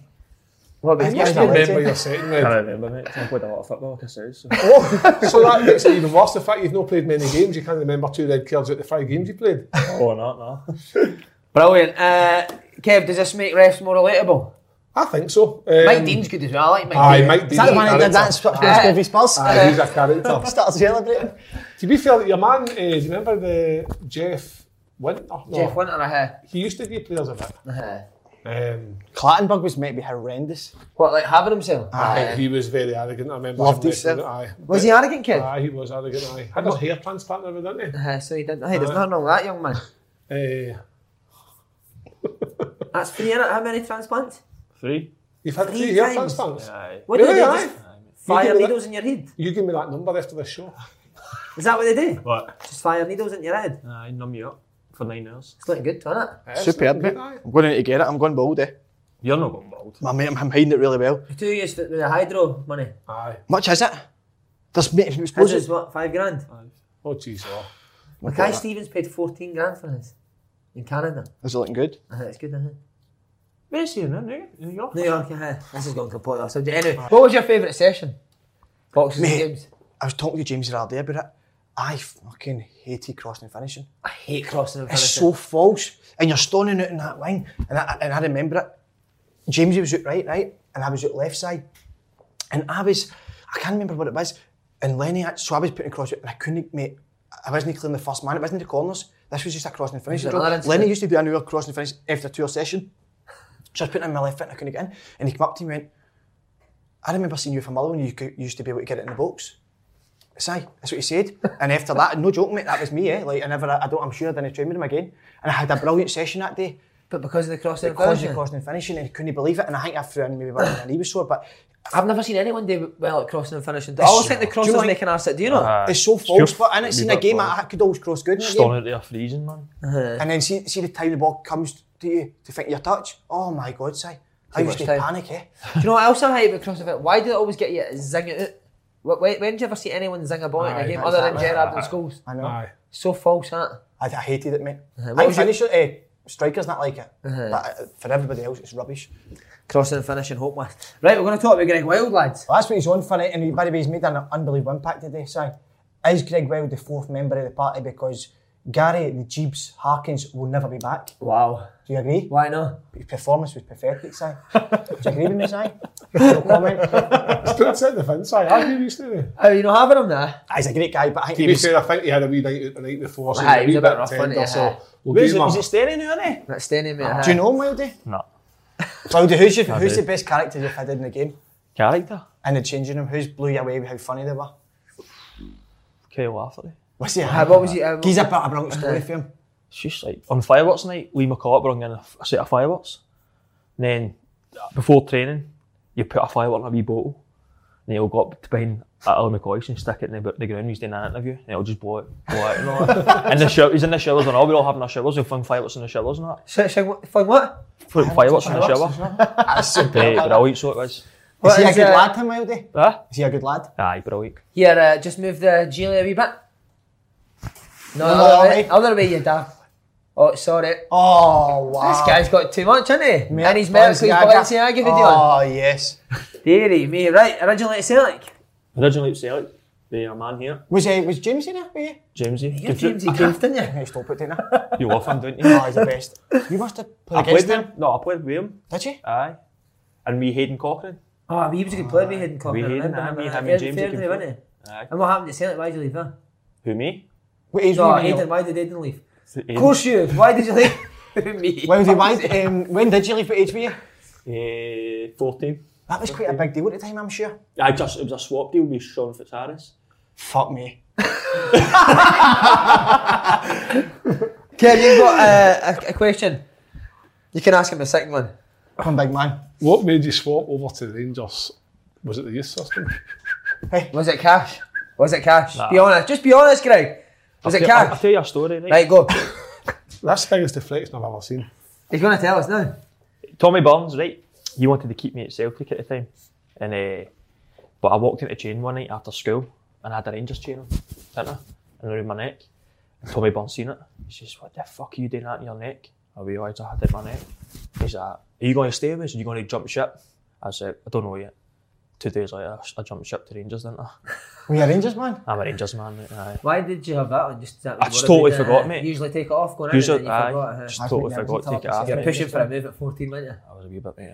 Speaker 1: What about
Speaker 4: He's a
Speaker 3: I remember
Speaker 4: legend.
Speaker 3: your second
Speaker 2: I
Speaker 3: red.
Speaker 2: remember, mate. 'cause I played a lot of football, like I said. So.
Speaker 3: Oh, So that makes it even worse. The fact you've not played many games, you can't remember two red cards out of the five games you played.
Speaker 2: or not, no.
Speaker 1: Brilliant. Uh, Kev, does this make refs more relatable?
Speaker 3: I think so. Um,
Speaker 1: Mike Dean's good as well. I like Mike
Speaker 3: Aye,
Speaker 1: Dean.
Speaker 3: Mike Dean.
Speaker 4: Is that the one that did that in
Speaker 1: Aye.
Speaker 4: Spurs? Spurs?
Speaker 3: Aye, he's a character.
Speaker 4: Start celebrating.
Speaker 3: to be fair, your man, uh, do you remember the Jeff Winter? No,
Speaker 1: Jeff Winter, Uh-huh. I
Speaker 3: He used to give players a bit. Um,
Speaker 4: Clattenburg was meant to be horrendous.
Speaker 1: What, like having himself? Uh-huh.
Speaker 3: aye, he was very arrogant. I remember.
Speaker 4: Loved
Speaker 3: him
Speaker 4: his
Speaker 3: listening,
Speaker 4: self.
Speaker 3: Aye.
Speaker 1: Was he arrogant, kid?
Speaker 3: Aye, he was arrogant. Aye, had his hair transplant over, didn't he?
Speaker 1: Uh, so he didn't. Hey, there's nothing wrong with that, young man.
Speaker 3: Eh,
Speaker 1: That's three, innit? How many transplants?
Speaker 2: Three?
Speaker 3: you've had three
Speaker 1: Three
Speaker 3: hair
Speaker 1: times.
Speaker 3: transplants.
Speaker 1: What
Speaker 3: Really,
Speaker 1: do they
Speaker 3: aye.
Speaker 1: do? Just fire
Speaker 3: give me that.
Speaker 1: needles in your head?
Speaker 3: You give me that number after the show.
Speaker 1: Is that what they do?
Speaker 2: What?
Speaker 1: Just fire needles in your head?
Speaker 2: Aye, numb you up for nine hours.
Speaker 1: It's looking good, isn't it?
Speaker 4: Superb,
Speaker 3: mate.
Speaker 4: mate. I'm going out to get it. I'm going bold, eh?
Speaker 2: You're not going bald.
Speaker 4: My mate, I'm I'm hiding it really well.
Speaker 1: For two years with the hydro money.
Speaker 3: Aye.
Speaker 4: Much is it? There's mate, I
Speaker 1: His
Speaker 4: suppose
Speaker 1: is
Speaker 4: it's
Speaker 1: what, five grand?
Speaker 3: Oh, jeez. Oh.
Speaker 1: Mackay Stevens paid 14 grand for his in Canada.
Speaker 4: Is it looking good?
Speaker 1: Uh, it's good, isn't it?
Speaker 2: Where's he in New New York?
Speaker 1: New York, uh, this is going completely off subject. Anyway, what was your favourite session? Boxing
Speaker 4: Mate.
Speaker 1: games.
Speaker 4: I was talking to James the other day about it. I fucking hated crossing and finishing.
Speaker 1: I hate crossing and
Speaker 4: It's
Speaker 1: finishing.
Speaker 4: so false. And you're standing out in that wing. And I, and I remember it. James was out right, right? And I was out left side. And I was, I can't remember what it was. And Lenny, I- so I was putting across it and I couldn't, mate, I wasn't clearing the first man. It wasn't the corners. This was just a crossing and finish.
Speaker 1: Was it another incident?
Speaker 4: Lenny used to do an hour crossing and finish after a two hour session. So I was putting it in my left foot and I couldn't get in. And he came up to me and went, I remember seeing you from Mullow and you could- you used to be able to get it in the box. It's aye, that's what he said. And after that, no joke, mate, that was me, eh? Like, I never, I don't, I'm sure I didn't train with him again. And I had a brilliant session that day
Speaker 1: But because of the crossing and
Speaker 4: because
Speaker 1: finishing.
Speaker 4: of crossing and finishing, and he couldn't believe it. And I think I threw in maybe about an knee was sore, but
Speaker 1: I've never seen anyone do well at crossing and finishing. I always think the cross
Speaker 4: Do you
Speaker 1: is
Speaker 4: like-
Speaker 1: making arse at, do you know?
Speaker 4: it's so
Speaker 2: your
Speaker 4: false. But I didn't
Speaker 2: f-
Speaker 4: see
Speaker 2: you've
Speaker 4: a
Speaker 2: got
Speaker 4: er- game,
Speaker 2: balls.
Speaker 4: I, I could always cross er good in a
Speaker 2: Storming
Speaker 4: game.
Speaker 2: out there freezing, man.
Speaker 4: And then see, see the time the ball comes to you to think your touch. Oh my God, say. I
Speaker 1: Too
Speaker 4: used to
Speaker 1: much time.
Speaker 4: panic, eh?
Speaker 1: do you know what else I hate about crossing and Why do they always get you to zing it out? Wh- When, when do you ever see anyone zing a ball in
Speaker 3: Aye,
Speaker 1: a game
Speaker 3: that's
Speaker 1: other than
Speaker 3: that.
Speaker 1: Gerard and Scholes?
Speaker 4: I know.
Speaker 3: Aye.
Speaker 1: So false, huh?
Speaker 4: I, I hated it, mate. I
Speaker 1: what
Speaker 4: was
Speaker 1: was
Speaker 4: finisher, eh, strikers not like it. But uh, for everybody else, it's rubbish.
Speaker 1: Crossing and finishing, hopeless. Right, we're going to talk about Greg Wild, lads.
Speaker 4: Well, that's what he's on for, it, and he, by the way, he's made an unbelievable impact today. So, is Greg Wild the er fourth member of the party? er, Because Gary, the Jeebs, Harkins will never be back.
Speaker 1: Wow.
Speaker 4: Do you agree?
Speaker 1: Why not?
Speaker 4: His performance was pathetic, Si. Do you agree with me, Si? No comment.
Speaker 3: Still set the fence. Aye. I used to do.
Speaker 1: Oh, you not having him there?
Speaker 4: Ah, He's a great guy, but I think
Speaker 3: To
Speaker 4: he
Speaker 3: be
Speaker 4: was...
Speaker 3: fair, I think he had a wee night out the night before, so
Speaker 1: Aye,
Speaker 3: he was a wee bit rough,
Speaker 1: wasn't he?
Speaker 3: tender, so
Speaker 1: Aye.
Speaker 3: we'll
Speaker 4: Where's
Speaker 3: give
Speaker 4: it,
Speaker 3: him
Speaker 4: is
Speaker 3: a-
Speaker 4: it Sterling now, isn't he?
Speaker 1: That's standing, mate. aye.
Speaker 4: Do you know him, Wildy?
Speaker 2: No.
Speaker 4: Wildy, who's, your, who's
Speaker 2: do.
Speaker 4: the best character you've had in the game?
Speaker 2: Character?
Speaker 4: In the changing room, who's blew you away with how funny they were?
Speaker 2: Kyle Lafferty.
Speaker 4: What's he?
Speaker 1: Aye, Uh, what was he? Uh-huh. aye, what-
Speaker 4: He's a bit of a brilliant story for him.
Speaker 2: It's just like, on fireworks night, Lee McCulloch brought in a, f- a set of fireworks. And then, before training, you put a firework in a wee bottle. And you'll go up to behind Alan McCoy's and stick it in the, b- the ground. He's doing an interview. And it'll just blow it. Blow it and all that. in the show, he's in the showers and all. We're all having our showers. We'll fling fireworks in the showers and that.
Speaker 1: Sh- sh- Fling what?
Speaker 2: Fling fireworks in the shower.
Speaker 4: That's
Speaker 2: Yeah,
Speaker 4: superb.
Speaker 2: brilliant. So it was.
Speaker 4: Is he a
Speaker 1: is,
Speaker 4: good
Speaker 1: uh,
Speaker 4: lad, Tim Wildy?
Speaker 2: Huh?
Speaker 4: Is he a good lad?
Speaker 2: Aye, brilliant.
Speaker 1: Here, uh, just move the Gila a wee bit. No,
Speaker 4: No,
Speaker 1: other,
Speaker 4: eh?
Speaker 1: way, other way, you daft. Oh, sorry.
Speaker 4: Oh, wow.
Speaker 1: This guy's got too much, hasn't he? and he's medically Balenciaga
Speaker 4: Balenciaga.
Speaker 1: video on.
Speaker 4: Oh, yes.
Speaker 1: Deary me, right, originally at Celtic.
Speaker 2: Originally at Celtic, they are man here,
Speaker 4: Was, uh, was James in there, were you?
Speaker 2: Jamesy.
Speaker 1: You're Jamesy
Speaker 2: I-
Speaker 1: Cuff, didn't you?
Speaker 4: Hey, stop it, didn't I?
Speaker 2: You love him, don't you?
Speaker 4: Oh, he's the best. You must have played
Speaker 2: I played
Speaker 4: against
Speaker 2: with
Speaker 4: him,
Speaker 2: him. No, I played with him.
Speaker 4: did you?
Speaker 2: Aye. And we Hayden Cochran.
Speaker 1: Oh, he was a good player, we hadn't caught
Speaker 2: We Hayden, aye, me, him and James.
Speaker 1: Fairly,
Speaker 2: Aiken.
Speaker 1: wasn't
Speaker 2: Aye.
Speaker 1: he? And what happened to Celtic? Why did you leave, huh?
Speaker 2: Who, me?
Speaker 4: What age
Speaker 1: No,
Speaker 4: were you?
Speaker 1: Hayden,
Speaker 4: when
Speaker 1: why did Hayden leave?
Speaker 2: Hayden.
Speaker 1: Of course you, why did you leave? me.
Speaker 4: you- When, was he, why, um, when did you leave? What age were you?
Speaker 2: Eh, 14.
Speaker 4: That was quite a big deal at the time, I'm sure.
Speaker 2: I just, it was a swap deal with Sean Fitzharris.
Speaker 4: Fuck me.
Speaker 1: Ken, you've got uh, a, a question. You can ask him a second one.
Speaker 4: I'm a big man.
Speaker 3: What made you swap over to Rangers? Was it the youth system?
Speaker 1: Was it cash? Was it cash? Be honest. Just be honest, Greg. Was it
Speaker 2: I'll, I'll
Speaker 1: cash?
Speaker 2: tell you a story, right?
Speaker 1: Right, go.
Speaker 3: That's the biggest deflection I've ever seen.
Speaker 1: He's going to tell us now.
Speaker 2: Tommy Burns, right? He wanted to keep me at Celtic at the time, and uh, but I walked into chain one night after school and I had a Rangers chain on, didn't I? And around my neck. And Tommy Burns seen it. He says, "What the fuck are you doing that in your neck?" I realised I had it in my neck. He's like, "Are you going to stay with us? Are you going to jump ship?" I said, "I don't know yet." Two days later, I jumped ship to Rangers, didn't I?
Speaker 4: Were you a Rangers man?
Speaker 2: I'm a Rangers man. mate, Aye.
Speaker 1: Why did you have that on? Just that
Speaker 2: I just totally forgot, mate.
Speaker 1: Usually take it off going
Speaker 2: Usually,
Speaker 1: in and then you
Speaker 2: aye,
Speaker 1: forgot. huh?
Speaker 2: just totally
Speaker 4: yeah, I
Speaker 2: forgot to
Speaker 4: was
Speaker 2: take it off.
Speaker 1: You're
Speaker 2: mate.
Speaker 1: pushing for a move at 14, weren't you?
Speaker 2: I was a wee bit, mate,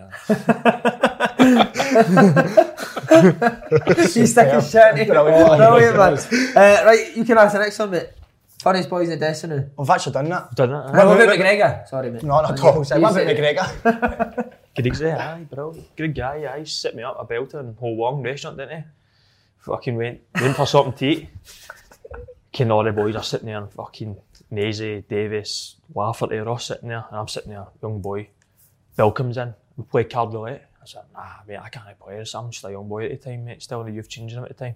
Speaker 2: aye.
Speaker 1: He's sticking shit.
Speaker 4: Brilliant.
Speaker 1: Brilliant, man. Uh, right, you can ask the next one, mate. Funniest boys in Destiny.
Speaker 4: I've actually done that.
Speaker 2: Done it, aye.
Speaker 1: What about McGregor? Sorry, mate.
Speaker 4: No, not at all. Sorry, What about
Speaker 1: said-
Speaker 4: McGregor?
Speaker 2: Griggs there, aye, bro. Good guy, aye. Set me up a belter in whole long restaurant, didn't he? Fucking went, went for something to eat. Ken, all the boys are sitting there and fucking Nazy, Davis, Lafferty, they're all sitting there. And I'm sitting there, young boy. Bill comes in, we play card roulette. I said, nah, mate, I can't play this. I'm just a young boy at the time, mate. Still in the youth changing at the time.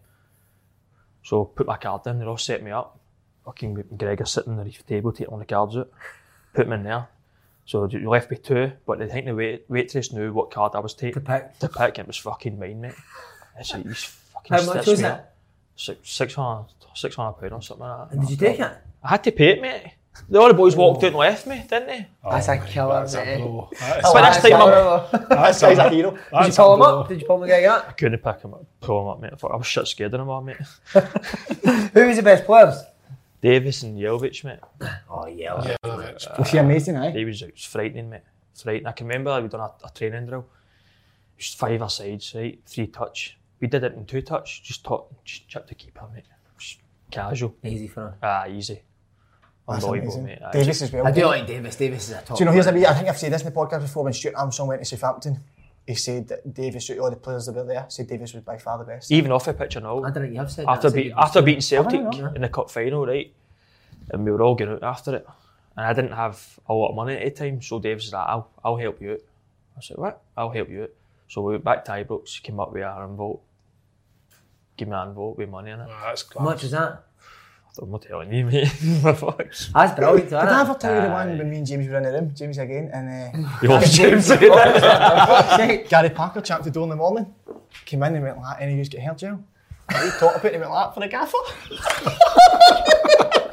Speaker 2: So put my card in, they all set me up. Fucking McGregor sitting at the table, taking all the cards out. Put them in there. So you left me two, but I think the wait- waitress knew what card I was taking.
Speaker 1: To pick.
Speaker 2: To pick, and it was fucking mine, mate. I said, you fucking
Speaker 1: How much
Speaker 2: stitched
Speaker 1: was
Speaker 2: me
Speaker 1: it?
Speaker 2: up. Six, 600, 600 pound or something like that.
Speaker 1: And did you take it?
Speaker 2: I had to pay it, mate. The other boys walked out and left me, didn't they?
Speaker 1: Oh, That's Oh, a killer,
Speaker 3: That's a
Speaker 1: mate.
Speaker 3: blow. That is-
Speaker 2: But that's time I
Speaker 4: This guy's a hero.
Speaker 1: Did you
Speaker 3: that's
Speaker 1: pull
Speaker 3: a
Speaker 1: him
Speaker 3: blow.
Speaker 1: up? Did you pull McGregor up?
Speaker 2: couldn't pick him up, pull him up, mate. Fuck, I was shit scared of him all, mate.
Speaker 1: Who was the best players?
Speaker 2: Davis and Yelovich, mate.
Speaker 1: Oh, yeah.
Speaker 4: Was he amazing, eh?
Speaker 2: He was, it was frightening, mate. Frightening. I can remember we'd done a, a training drill. Just five a sides, right? Three touch. We did it in two touch. Just top, just chip the keeper, mate. Just casual.
Speaker 1: Easy for him.
Speaker 2: Ah, easy.
Speaker 4: That's
Speaker 2: Unbelievable,
Speaker 4: amazing.
Speaker 2: mate. Aye.
Speaker 4: Davis as well.
Speaker 1: I do like Davis. Davis is a top.
Speaker 4: Do you know, here's a wee, I think I've said this in the podcast before, when Stuart Armstrong went to Southampton, he said that Davis, all the players that were there, said Davis was by far the best.
Speaker 2: Even off the pitch and all.
Speaker 1: I don't think you have said
Speaker 2: after
Speaker 1: that.
Speaker 2: beat, after beating Celtic
Speaker 1: I don't know.
Speaker 2: in the cup final, right? And we were all getting out after it, and I didn't have a lot of money at the time. So Dave said, "I'll I'll help you out." I said, "What? I'll help you out." So we went back to Ibrox, came up with our envelope, gave me an envelope with money in it.
Speaker 3: That's
Speaker 1: How much
Speaker 3: class.
Speaker 1: was that?
Speaker 2: I'm not telling you, mate. Fuck.
Speaker 1: That's brilliant, isn't
Speaker 4: Did I ever
Speaker 1: it?
Speaker 4: tell you the one when me and James were in the room? James again, and uh,
Speaker 2: You love James.
Speaker 4: Gary Parker chapped the door in the morning, came in and went like, any of you get hair gel? And he talked about it and went like, for the gaffer.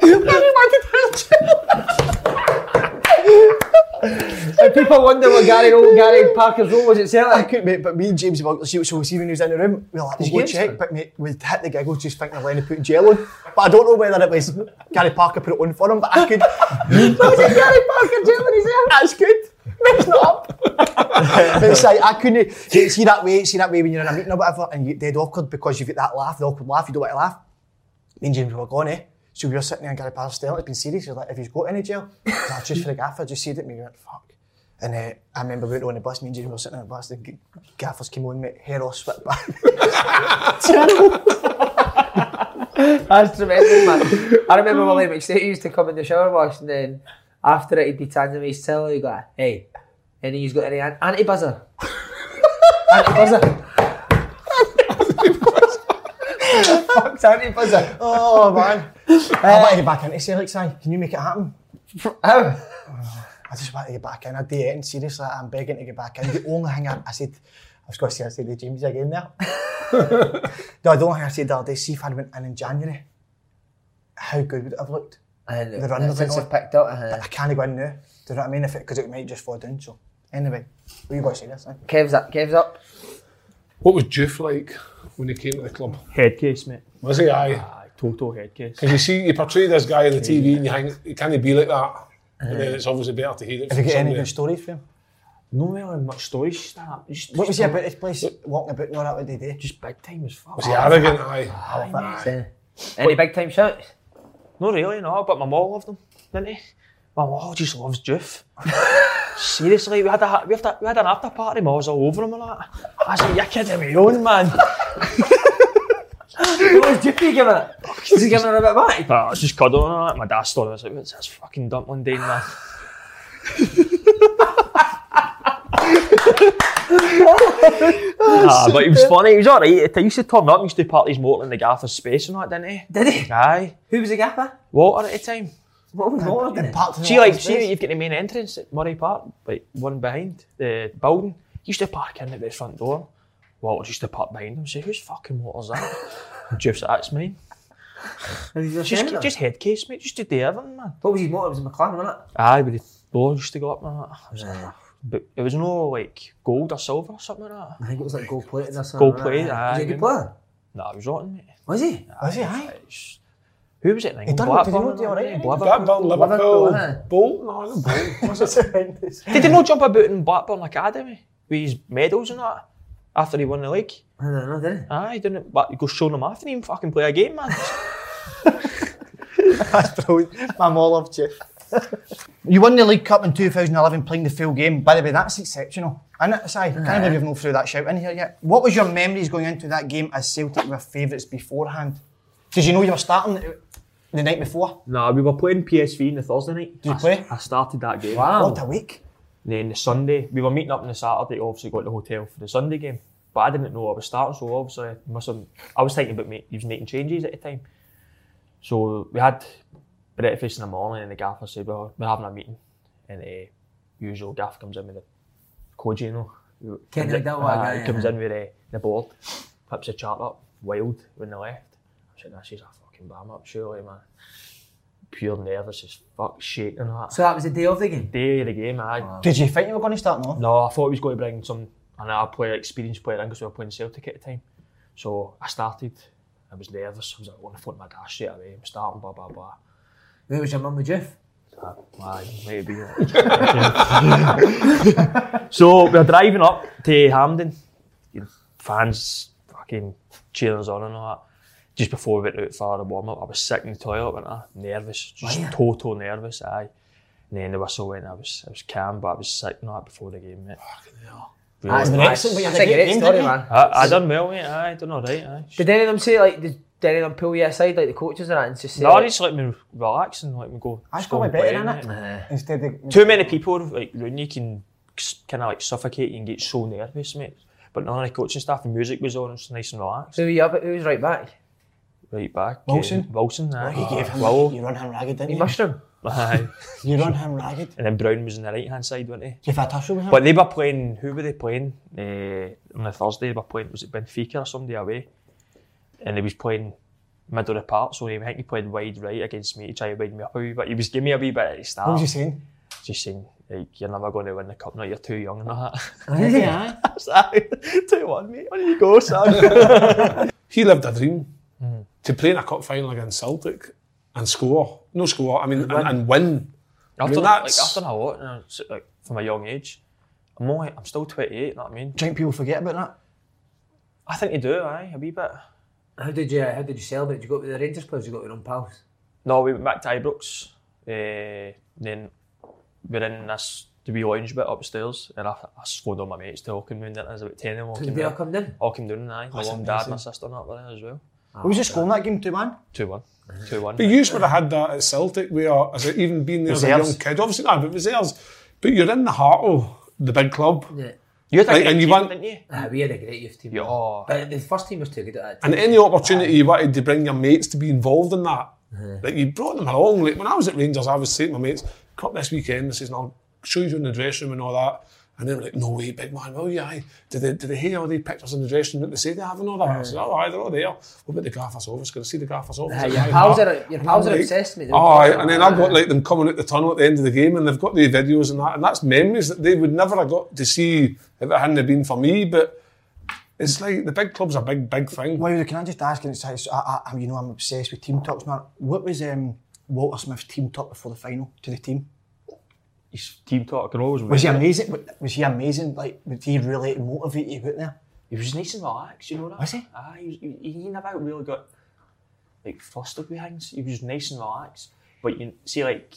Speaker 4: And he wanted hair gel.
Speaker 1: And people wonder what Gary, old Gary Parker's role was at
Speaker 4: I
Speaker 1: Celtic.
Speaker 4: couldn't, mate, but me and James were so, so see when he was in the room, we were like,
Speaker 1: Did
Speaker 4: we'll
Speaker 1: you
Speaker 4: go
Speaker 1: get
Speaker 4: check,
Speaker 1: him?
Speaker 4: but mate, we'd hit the giggles just thinking of Lenny putting gel on. But I don't know whether it was Gary Parker put it on for him, but I could. was it Gary Parker gel on his hair? That's good. Mixed it up. it's like, I couldn't see that way, see that way when you're in a meeting or whatever, and you dead awkward because you've got that laugh, the awkward laugh, you don't want to laugh. Me and James were gone, eh? So we were sitting there and Gary Parker staring, it's been serious. He's like, if he's got any gel, I was like, just for the gaffer, just said it, me, we went, fuck. And uh, I remember we went on the bus, me and James were sitting on the bus, the g- gaffers came on, mate, hair all swept back.
Speaker 1: That's tremendous, man. I remember William McStay used to come in the shower wash and then after it he'd be tandem his tell he'd go, hey, and he's got any an- anti buzzer. anti buzzer. Fuck's anti buzzer.
Speaker 4: oh, man. I
Speaker 2: Uh,
Speaker 4: want to get back into Celtic, Si. Can you make it happen?
Speaker 1: How?
Speaker 4: I just want to get back in. I did it, and seriously, I'm begging to get back in. The only thing I, I said, I've got to say I said to James again there. no, the only thing I said the other day, see if I'd went in in January, how good would it have looked?
Speaker 1: And
Speaker 4: the runners
Speaker 1: since
Speaker 4: and
Speaker 1: I've
Speaker 4: all.
Speaker 1: picked up, uh,
Speaker 4: But I can't go in now. Do you know what I mean? If because it, might just fall down. So anyway, what you got to say this?
Speaker 1: Kev's up. Kev's up.
Speaker 3: What was Juve like when he came to the club?
Speaker 2: Head case, mate.
Speaker 3: Was he? Aye.
Speaker 2: Aye, total head case.
Speaker 3: Because you see, you portray this guy on the TV and you think, he can't be like that. But then it's obviously better to hear it
Speaker 4: Have you
Speaker 3: from
Speaker 4: got any
Speaker 3: somebody.
Speaker 4: good stories from him?
Speaker 2: No really much stories. Just, that- just,
Speaker 4: What was he
Speaker 2: just,
Speaker 4: about this place? Walking about and all that, what did he do?
Speaker 2: Just big time as fuck.
Speaker 3: Was he arrogant? Aye.
Speaker 1: Uh, any big time shouts?
Speaker 2: No, really, no. But my mom loved him, didn't he? My mom just loves Juve. Seriously, we had a we had, a, we had an after party. My mum was all over him and that. I said, "You're kidding me, on man."
Speaker 1: What was Jiffy giving it? He's giving it a bit back.
Speaker 2: But I was just cuddling and that. My dad started. I was like, "What's this altså fucking dumpling doing, man?" nah, but he was funny. He was alright. He used to turn up. He used to parties more in the Gaffer's space and that, didn't he?
Speaker 1: Did he?
Speaker 2: Aye,
Speaker 1: Who was the gaffer?
Speaker 2: Walter at the time.
Speaker 1: What was Nolan doing?
Speaker 4: Parked in
Speaker 2: See,
Speaker 4: the
Speaker 2: like,
Speaker 4: office
Speaker 2: see,
Speaker 4: space?
Speaker 2: you've got the main entrance at Murray Park, like one behind eh, the building. He used to park in at the front door. Walter used to park behind him. Say, who's fucking Walter's that? And Jeff's like, that's mine. Just, just head case, mate. Just to do everything, man.
Speaker 1: What was his motor? It was a McLaren, wasn't it?
Speaker 2: Aye, but the door used to go up and that. I was like, but it was no like gold or silver or something like that.
Speaker 1: I think it was like gold plated or something.
Speaker 2: Gold
Speaker 1: wasn't it? Was he
Speaker 2: plated,
Speaker 1: a
Speaker 2: aye.
Speaker 1: good player?
Speaker 2: Nah, it was rotten, mate.
Speaker 1: Was he?
Speaker 4: Was he? Aye.
Speaker 2: It's- Who was it? in England?
Speaker 4: done what- did he
Speaker 2: Blackburn
Speaker 4: not do
Speaker 2: or
Speaker 4: alright,
Speaker 2: something?
Speaker 4: eh?
Speaker 2: Blackburn.
Speaker 3: Blackburn, Liverpool,
Speaker 1: Liverpool, eh?
Speaker 3: Bolton, no, not Bolton. Was it?
Speaker 4: horrendous.
Speaker 2: Did he not jump about in Blackburn Academy with his medals and that after he won the league?
Speaker 1: I don't know, did he?
Speaker 2: Aye, didn't but you go show them after him fucking play a game, man.
Speaker 4: That's brilliant. My mom loved you. you won the League Cup in 2011 playing the full game. By the way, that's exceptional. And uh, that's I can't believe you've not threw that shout in here yet. What was your memories going into that game as Celtic were favourites beforehand? Did you know you were starting the- the night before?
Speaker 2: no, we were playing PSV in the Thursday night.
Speaker 4: Did you play?
Speaker 2: I started that game.
Speaker 1: Oh.
Speaker 4: What a week.
Speaker 2: Then the Sunday, we were meeting up on the Saturday, obviously got to the hotel for the Sunday game. But I didn't know I was starting, so obviously I must have, I was thinking about make, he was making changes at the time. So we had breakfast in the morning and the gaffer said, well, we're having a meeting. And the usual gaffer comes in with a Koji, you know. who-
Speaker 1: Kenny
Speaker 2: comes in-
Speaker 1: Dalglish,
Speaker 2: aye,
Speaker 1: aye,
Speaker 2: comes
Speaker 1: aye.
Speaker 2: in with uh, the board, flips the chart up, wild when they left. I said, this is a fucking bam up, surely, man. Pure nervous as fuck, shaking and that.
Speaker 1: So that was the day of the game.
Speaker 2: Day of the game, aye.
Speaker 4: Did you think you were going to start? No.
Speaker 2: No, I thought he was going to bring some another player, experienced player in because we were playing Celtic at the time. So I started. I was nervous. I was like, "Oh, I want to phone my dad straight away. I'm starting, blah, blah, blah.
Speaker 1: Where was your mum with Jeff?
Speaker 2: Aye, maybe. so we're driving up to Hamden. You know, Fans fucking cheering us on and all that. Just before we went out for the warm up, I was sick in the toilet, wasn't I? Nervous, just total nervous, aye. And then the whistle went, I was I was calm, but I was sick and all that before the game, mate. Really.
Speaker 1: That's excellent, but you had a great story, man.
Speaker 2: I, I done well, mate. Aye, done all right. Aye.
Speaker 1: Did any of them say, like, did any of them pull you aside, like the coaches and that, and just say,
Speaker 2: No,
Speaker 1: like,
Speaker 2: they just let me relax and let me go.
Speaker 4: That's
Speaker 2: just go
Speaker 4: probably
Speaker 2: and
Speaker 4: better,
Speaker 2: play,
Speaker 4: innit?
Speaker 2: mate.
Speaker 4: Instead of
Speaker 2: Too many people like round you can kind of like suffocate you and get so nervous, mate. But none of the coaching staff and music was on. It was nice and relaxed.
Speaker 1: who were you up at? Who was right back?
Speaker 2: Right back.
Speaker 4: Wilson?
Speaker 2: Uh, Wilson. Aye.
Speaker 4: you gave him,
Speaker 2: Willow.
Speaker 4: you run him ragged, didn't
Speaker 1: You
Speaker 4: you?
Speaker 1: mushroom.
Speaker 2: Aye.
Speaker 4: You run him ragged.
Speaker 2: And then Brown was on the right hand side, wasn't he?
Speaker 4: You've had a tussle with him.
Speaker 2: But they were playing. Who were they playing? Uh, on the Thursday, they were playing. Was it Benfica or somebody away? And he was playing middle of the park, so he, I think he played wide right against me to try and widen me up a wee bit. He was giving me a wee bit at the start.
Speaker 4: what was you saying?
Speaker 2: Just saying, like, you're never going to win the cup now. You're too young and all that.
Speaker 1: Yeah.
Speaker 2: I was like, two one, mate. On you go, Sam.
Speaker 3: He lived a dream to play in a cup final against Celtic and score. No score, I mean, and, and win.
Speaker 2: I've
Speaker 3: mean,
Speaker 2: done, like,
Speaker 3: that's-
Speaker 2: I've done a lot you know, s- like, from a young age. I'm only, I'm still 28. You know what I mean?
Speaker 4: Do you think people forget about that?
Speaker 2: I think you do, aye, a wee bit.
Speaker 1: How did you how did you celebrate? Did you go up with the Rangers players? Did you go up with your own pals?
Speaker 2: No, we went back to Ibrox. Uh, then we're in this the wee orange bit upstairs, and I, I phoned all my mates to all come down. There was about ten of them all
Speaker 1: Did
Speaker 2: came
Speaker 1: they all
Speaker 2: down.
Speaker 1: come down?
Speaker 2: All came down, aye. My mum, dad, my sister, and that were there as well.
Speaker 4: Who was the score in that game, two man?
Speaker 2: Two one, two one.
Speaker 3: But you would have had that at Celtic, where as a, even being there as a young
Speaker 2: Reserves.
Speaker 3: kid, obviously not, but reserves. But you're in the heart of the big club.
Speaker 1: Yeah.
Speaker 2: You had a
Speaker 3: Like,
Speaker 2: great
Speaker 3: and you
Speaker 2: team,
Speaker 3: won-
Speaker 2: didn't you?
Speaker 1: Ah, we had a great youth team.
Speaker 2: Yeah. Oh.
Speaker 1: But the first team was too good at that.
Speaker 3: And any opportunity you wanted to bring your mates to be involved in that,
Speaker 1: Uh-huh.
Speaker 3: like you brought them along. Like when I was at Rangers, I was saying to my mates, "Come up this weekend." This is, and I'll show you in the dressing room and all that. And they were like, no way, big man, will you? Aye. Do they, do they hear all the pictures in the dressing room that they say they have and all that? I said, oh, aye, they're all there. What about the Gaffer's office? Can I see the Gaffer's office?
Speaker 1: Uh-huh. Aye,
Speaker 3: Aye,
Speaker 1: your
Speaker 3: aye,
Speaker 1: pals
Speaker 3: that.
Speaker 1: are- your pals
Speaker 3: And
Speaker 1: are
Speaker 3: I'm
Speaker 1: obsessed with it. Uh-huh.
Speaker 3: Aye, and then I've got like them coming out the tunnel at the end of the game and they've got the videos and that, and that's memories that they would never have got to see if it hadn't have been for me, but it's like, the big club's a big, big thing.
Speaker 4: Well, can I just ask, and it's, it's, I, I, you know I'm obsessed with team talks, Mark. What was um, Walter Smith's team talk before the final to the team?
Speaker 2: Team talk can always
Speaker 4: Was he amazing? Was he amazing? Like, did he really motivate you out there?
Speaker 2: He was nice and relaxed, Ah, you know that?
Speaker 4: Was he?
Speaker 2: Aye, he, was- he, he never really got like flustered with things. He was nice and relaxed. But you see, like,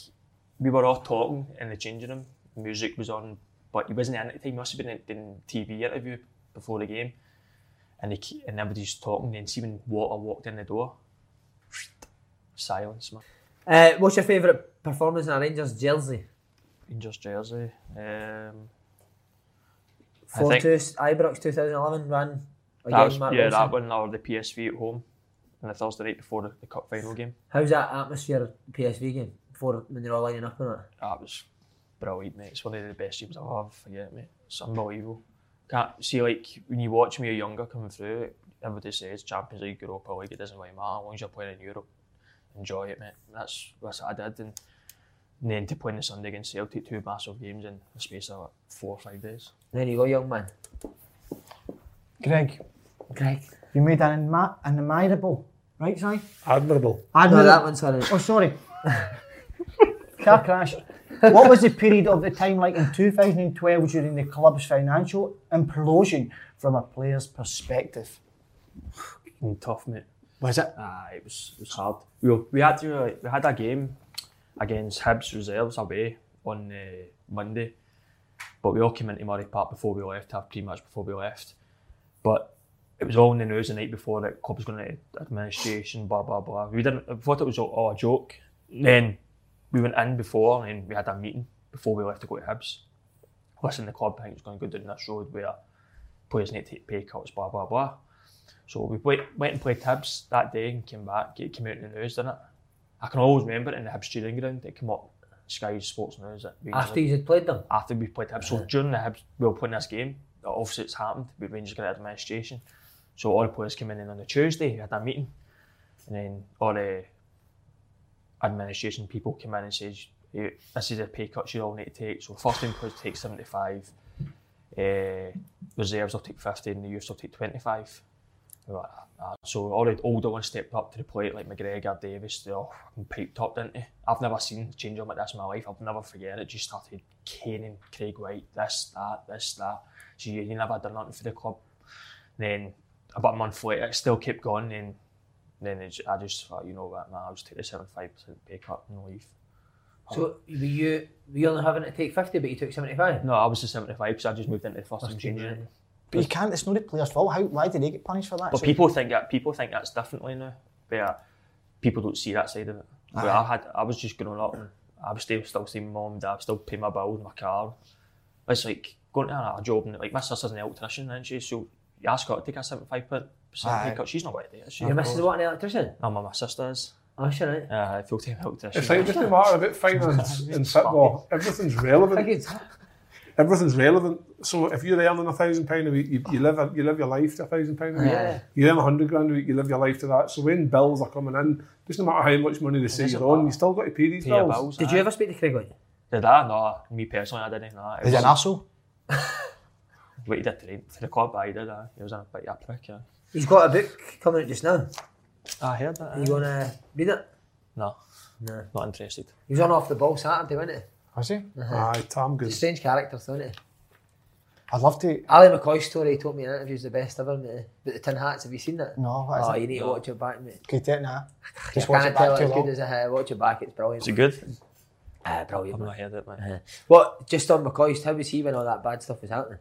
Speaker 2: we were all talking in the changing room, music was on, but he wasn't in at the time. He must have been in, in TV interview before the game. And, he, ke- and everybody's talking, then see when Walter walked in the door, silence, man.
Speaker 1: Uh, what's your favourite performance in a Rangers jersey?
Speaker 2: Rangers jersey. Um, I
Speaker 1: Four
Speaker 2: think-
Speaker 1: two Ibrox 2011 run
Speaker 2: that was,
Speaker 1: against Mark
Speaker 2: yeah,
Speaker 1: Wilson.
Speaker 2: that one or the PSV at home on the Thursday night before the, the cup final game.
Speaker 1: How's that atmosphere at PSV game before when they're all lining up on it?
Speaker 2: That was brilliant, mate. It's one of the best teams I've ever forget, mate. It's unbelievable. Can't see like when you watch me younger coming through, everybody says Champions League, Europa League, it doesn't really matter. As long as you're playing in Europe, enjoy it, mate. That's that's what I did and then to play on the Sunday against Celtic, two massive games in the space of like four or five days.
Speaker 1: There you go, young man.
Speaker 4: Greg,
Speaker 1: Greg,
Speaker 4: you made an, admi- an admirable, right, Si?
Speaker 3: Admirable.
Speaker 4: Admirable.
Speaker 1: that one's sorry.
Speaker 4: Oh, sorry. Car crash. What was the period of the time like in 2012 during the club's financial implosion from a player's perspective?
Speaker 2: And Mm, tough, mate.
Speaker 4: Was it?
Speaker 2: Ah, it was it was hard. We were, we had to like, we had a game against Hibs reserves away on uh, Monday, but we all came into Murray Park before we left, to have pre-match before we left. But it was all in the news the night before that club was going to administration, blah blah blah. We didn't we thought it was all, all a joke. Then we went in before and we had a meeting before we left to go to Hibs. Listen, the club I think is going to go down this road where players need to take pay cuts, blah blah blah. So we went, went and played Hibs that day and came back. It came out in the news, didn't it? I can always remember it in the Hibs training ground. It came up Sky Sports News. At Rangers-
Speaker 1: After you had played them.
Speaker 2: after we played Hibs. So during the Hibs, we were playing this game. Obviously, it's happened. We Rangers got administration. So all the players came in and on the Tuesday, we had that meeting. And then all the administration er people came in and said, "Hey, this is a pay cut you all need to take. So first team players take 75, eh, reserves will take 50 and the youths will take 25. We were like, "Ah." So all the older ones stepped up to the plate, like McGregor, Davis, they all fucking piped up, didn't they? I've never seen change on like this in my life. I'll never forget it. Just started caning Craig White, this, that, this, that. So you, you never done nothing for the club. Then about a month later, it still kept going. And then it, I just thought, you know what, man, I'll just take the 75% pay cut and leave.
Speaker 4: Oh.
Speaker 1: So were you were you only having to take 50, but you took 75?
Speaker 2: No, I was the 75 because I just moved into the first team changing room.
Speaker 4: But you can't, it's not the player's fault. How, why did they get punished for that?
Speaker 2: But
Speaker 4: So-
Speaker 2: people think that people think that's differently now. Where people don't see that side of it. Where I had, I was just growing up, and I was still still seeing mom and dad, still pay my bills, my car. It's like going to a job and like my sister's an electrician, and she so you ask her to take a seventy five percent
Speaker 4: Aye.
Speaker 2: pay cut. She's not going to do it. She,
Speaker 1: Your missus what an electrician?
Speaker 2: no, my, my sister is
Speaker 1: Oh sure. Right.
Speaker 2: uh, full time
Speaker 3: It's like, it
Speaker 2: electrician.
Speaker 3: doesn't matter about finance in football. Everything's relevant. Everything's relevant. So if you're earning a thousand pound a week, you, you live a, you live your life to a thousand pound a week.
Speaker 1: Yeah.
Speaker 3: You earn a hundred grand a week, you live your life to that. So when bills are coming in, doesn't matter how much money they say
Speaker 2: doesn't
Speaker 3: you're on,
Speaker 2: matter.
Speaker 3: you still got to pay these
Speaker 2: Pay your
Speaker 3: bills.
Speaker 2: bills.
Speaker 1: Did you ever speak to Craig White?
Speaker 2: Did I? No, me personally, I didn't. No, it
Speaker 4: Is it an
Speaker 2: wasn't
Speaker 4: arsehole?
Speaker 2: What he did to the, to the club, I did. Uh, he was a bit of a prick. Yeah.
Speaker 1: He's got a book coming out just now.
Speaker 2: I heard that.
Speaker 1: Are you
Speaker 2: aye.
Speaker 1: gonna read it?
Speaker 2: No,
Speaker 1: No.
Speaker 2: not interested.
Speaker 1: He was on off the ball Saturday, wasn't
Speaker 4: Was he?
Speaker 1: Uh-huh.
Speaker 4: Uh,
Speaker 3: Aye, Tam
Speaker 1: he?
Speaker 3: good.
Speaker 1: Strange character, wasn't he?
Speaker 4: I'd love to.
Speaker 1: Ali McCoy's story he told me in an interview is the best ever, mate. But the tin hats, have you seen that?
Speaker 4: No, what is
Speaker 1: Oh,
Speaker 4: it?
Speaker 1: you need to watch it back, mate.
Speaker 4: Could it nah. Just
Speaker 1: I
Speaker 4: watch
Speaker 1: can't
Speaker 4: it
Speaker 1: tell it
Speaker 4: back too
Speaker 1: as good
Speaker 4: long.
Speaker 1: as I had. Watch it back, it's brilliant.
Speaker 2: Is it good?
Speaker 1: Ah, brilliant.
Speaker 2: I've
Speaker 1: mate.
Speaker 4: Oh,
Speaker 2: not heard it, mate.
Speaker 1: What, just on McCoy's, how was he when all that bad stuff was happening?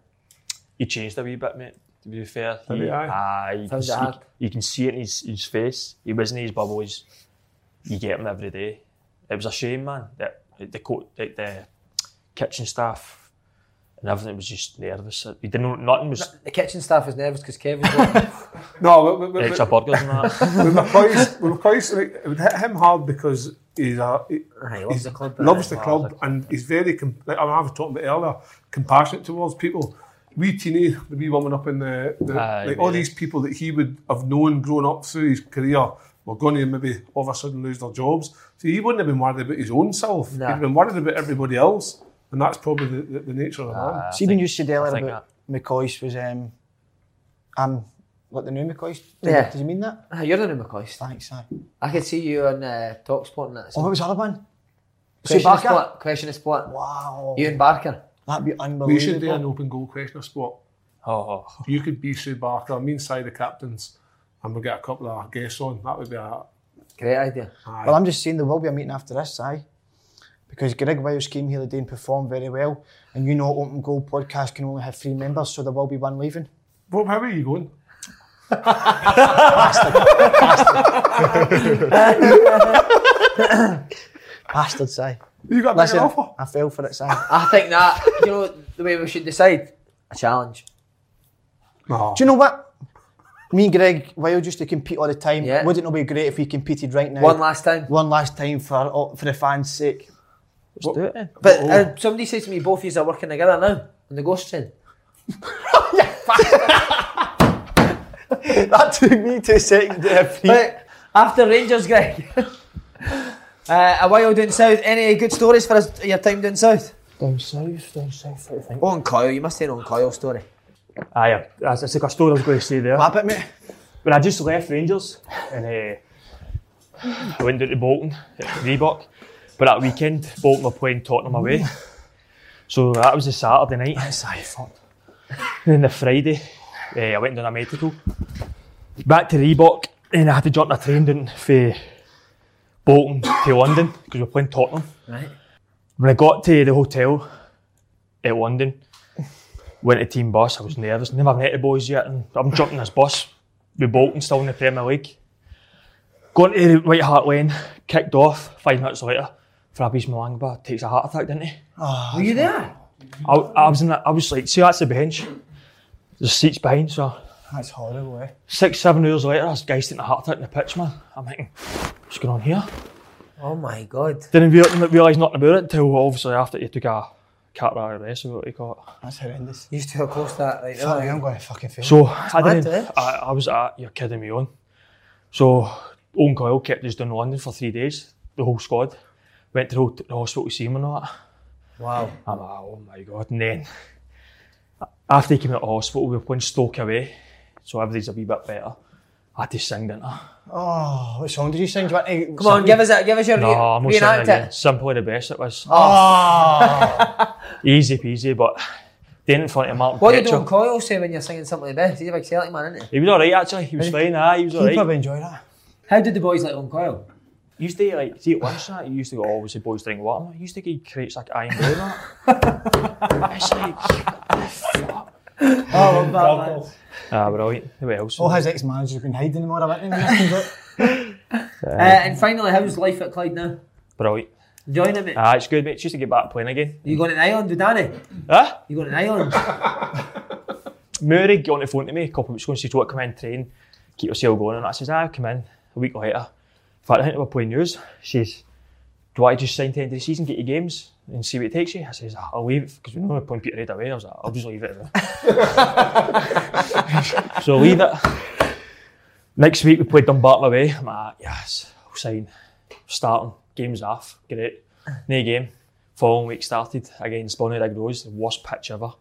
Speaker 2: He changed a wee bit, mate. To be fair,
Speaker 3: Did he?
Speaker 2: aye, you, can
Speaker 1: Found it
Speaker 2: see,
Speaker 1: hard.
Speaker 2: you can see it in his, his face. He wasn't in his bubbles. You get him every day. Er It was a shame, man. That that the co- that the kitchen staff
Speaker 7: and everything was just
Speaker 2: er
Speaker 7: nervous. You didn't know nothing was.
Speaker 1: The kitchen staff is nervous because Kevin's there.
Speaker 3: No, we, we, we,
Speaker 7: Extra burgers and that.
Speaker 3: we were quite, we were quite, like, it would hit him hard because he's a, he,
Speaker 1: he loves the club, doesn't
Speaker 3: loves
Speaker 1: he?
Speaker 3: the club and he's very, com- like I was talking about earlier, compassionate towards people. We teeny, the wee woman up in the, the
Speaker 7: Aye,
Speaker 3: like all
Speaker 7: really.
Speaker 3: these people that he would have known grown up through his career were going to maybe all of a sudden lose their jobs. So he wouldn't have been worried about his own self. He'd have been worried about everybody else. And that's probably the, the, the nature of the man.
Speaker 4: See when you said earlier
Speaker 7: think
Speaker 4: about McCoy's was um, I'm like the new McCoy's. Did,
Speaker 1: Yeah.
Speaker 4: did you mean that?
Speaker 1: Ah, You're the new McCoy.
Speaker 4: Thanks, aye.
Speaker 1: I could see you on uh, Talksport and that.
Speaker 4: Oh, what was the other one?
Speaker 1: question of
Speaker 4: Barker?
Speaker 1: sport. Question of sport.
Speaker 4: Wow.
Speaker 1: You and Barker.
Speaker 4: That'd be unbelievable.
Speaker 3: We should do an open goal question of sport.
Speaker 7: Oh,
Speaker 3: You could be Sue Barker, me and Si the captains, and we'll get a couple of guests on. That would be a
Speaker 1: Great idea.
Speaker 4: Well, I'm just saying there will be a meeting after this, aye. Because Greg Wiles came here today and performed very well. And you know, Open Goal podcast can only have three members, so there will be one leaving.
Speaker 3: Bob, how are you going?
Speaker 4: Bastard, aye.
Speaker 3: You got a big
Speaker 4: Listen,
Speaker 3: offer.
Speaker 4: I fell for it, Ah, aye.
Speaker 1: I think that, you know, the way we should decide a challenge.
Speaker 3: No.
Speaker 4: Do you know what? Me and Greg Wild used to compete all the time.
Speaker 1: Yeah.
Speaker 4: Wouldn't it be great if we competed right now?
Speaker 1: One last time.
Speaker 4: One last time for oh, for the fans' sake.
Speaker 7: let's do it then.
Speaker 1: But uh, somebody says to me, both of you are working together now on the ghost train.
Speaker 4: that took me two seconds to repeat.
Speaker 1: Right, after Rangers, Greg. uh, a while down south. Any good stories for us, your time down south?
Speaker 4: Down south, down south, I think.
Speaker 1: On Kyle, you must say on Kyle story.
Speaker 2: Aye, uh, that's, that's like a story I was going to say there.
Speaker 4: Lap it, mate.
Speaker 2: When I just left Rangers and uh, I went down to Bolton at er Reebok, but that weekend Bolton were playing Tottenham away. So that was the Saturday night. That's I thought. And then the Friday, eh, I went down a medical. Back to Reebok, and I had to jump on a train down from Bolton to London because we were playing Tottenham.
Speaker 1: Right.
Speaker 2: When I got to the hotel at London, went to team bus. I was nervous. Never met the boys yet, and I'm jumping this bus with Bolton still in the Premier League. Going to White Hart Lane, kicked off. Five minutes later, Fabrice Malangba takes a heart attack, didn't he?
Speaker 1: Were you there?
Speaker 2: I, I was in that. I was like, see, that's the bench. There's seats behind, so
Speaker 4: That's horrible, eh?
Speaker 2: six, seven hours later, I was geisting a heart attack in the pitch, man. I'm thinking, what's going on here?
Speaker 1: Oh my god.
Speaker 2: Didn't re- realise nothing about it until obviously after you took a cataract arrest, what you call it.
Speaker 4: That's horrendous.
Speaker 1: You used to close that oh, right now.
Speaker 4: Fuck, I'm going to fucking fail.
Speaker 2: So I
Speaker 1: mad,
Speaker 2: didn't.
Speaker 1: eh?
Speaker 2: I, I was at. You're kidding me on. So Owen Coyle kept us down in London for three days. The whole squad went to the, hot- the hospital to see him and all that.
Speaker 1: Wow.
Speaker 2: I'm like, oh my god. And then after he came out of hospital, we were playing Stoke away, so everything's a wee bit better. I had to sing, didn't I?
Speaker 4: Oh, what song did you sing? Do you want to
Speaker 1: Come on, give us a, give us your
Speaker 2: No, I'm
Speaker 1: re-
Speaker 2: not singing
Speaker 1: reenact
Speaker 2: again.
Speaker 1: it.
Speaker 2: Simply the best it was.
Speaker 4: Oh,
Speaker 2: Easy peasy, but then in front of Martin
Speaker 1: What did
Speaker 2: Petro.
Speaker 1: Don Coyle say when you're singing something like this? He's a big Celtic man, isn't he?
Speaker 2: He was alright actually. He was fine. Ah, he was
Speaker 4: people
Speaker 2: alright.
Speaker 4: have enjoyed that.
Speaker 1: How did the boys like Don Coyle?
Speaker 2: You used to like see at lunch that you used to go always the boys drink water. You used to get crates like iron blue and that. it's like
Speaker 1: Oh, that, man.
Speaker 2: ah brilliant. What else?
Speaker 1: Oh.
Speaker 4: All his ex-managers have been hiding them all about him.
Speaker 1: Uh, and finally, how's life at Clyde now?
Speaker 2: Brilliant.
Speaker 1: Enjoying it, mate?
Speaker 2: Ah, it's good, mate. It's just to get back playing again.
Speaker 1: you going to an island with Danny?
Speaker 2: Huh?
Speaker 1: You going to an island?
Speaker 2: Murray got on the phone to me a couple of weeks ago and said, "What come in, train, keep yourself going." And I says, "Ah, come in." A week later, in fact, I think we were playing news. She says, "Do I just sign to the end of the season, get your games, and see what it takes you?" I says, "Ah, "I'll leave because we know we're playing Peter right away." I was like, "I'll just leave it." there." so leave it. Next week we played Dumbarton away. I'm like, "Ah, "Yes, I'll sign." Starting games off, great. No game. Following week started against Bonnyrigg Rose, the worst pitch ever.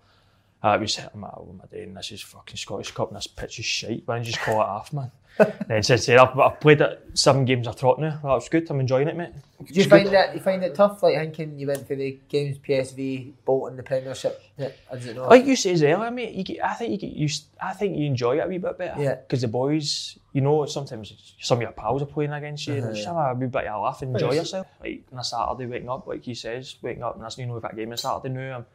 Speaker 2: Uh, it was hit him out of my day, and this is fucking Scottish Cup, and this pitch is shite. Why don't you just call it off, man? and then since then, I've, I've played it seven games a trot now. That was good. I'm enjoying it, mate.
Speaker 1: Do you find that you find it tough? Like thinking you went for the games PSV, Bolton, the Premiership. Yeah, I don't know.
Speaker 2: Like you says earlier, mate, you get, I think you get used. I think you enjoy it a wee bit better.
Speaker 1: Yeah.
Speaker 2: Because the boys, you know, sometimes some of your pals are playing against you. and you just have a wee bit of a laugh and enjoy yourself. Like on a Saturday, waking up, like he says, waking up, and that's you know that game on Saturday now. I'm,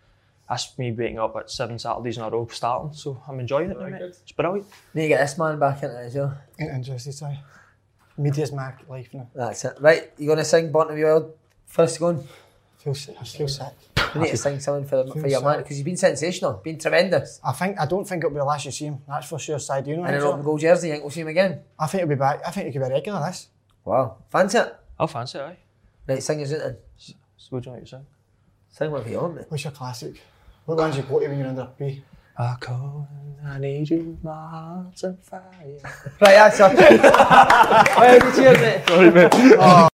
Speaker 2: that's me waking up at seven Saturdays in a row starting, so I'm enjoying it, now, mate. It's brilliant.
Speaker 1: Need to get this man back into it as well.
Speaker 4: Interesting, sorry. Media's my life now.
Speaker 1: That's it. Right, you gonna sing Born to Be Wild first going?
Speaker 4: Feel sick. I feel sick.
Speaker 1: You need to sing something for, the, for your man because he's been sensational, been tremendous.
Speaker 4: I think I don't think it'll be the last you see him. That's for sure. Side, do you know?
Speaker 1: And an
Speaker 4: Angela?
Speaker 1: open goal jersey, you think we'll see him again?
Speaker 4: I think he'll be back. I think he could be a regular. This.
Speaker 1: Wow, fancy it.
Speaker 2: I'll fancy it, aye.
Speaker 1: Right, sing us out then.
Speaker 2: So what do you want me to sing?
Speaker 1: Sing what you want, mate.
Speaker 4: What's your classic? What ones you go to when you're under B?
Speaker 2: I call, I need you, my heart's on fire.
Speaker 1: Right, that's it. Alright, cheers, mate.
Speaker 2: Sorry, mate.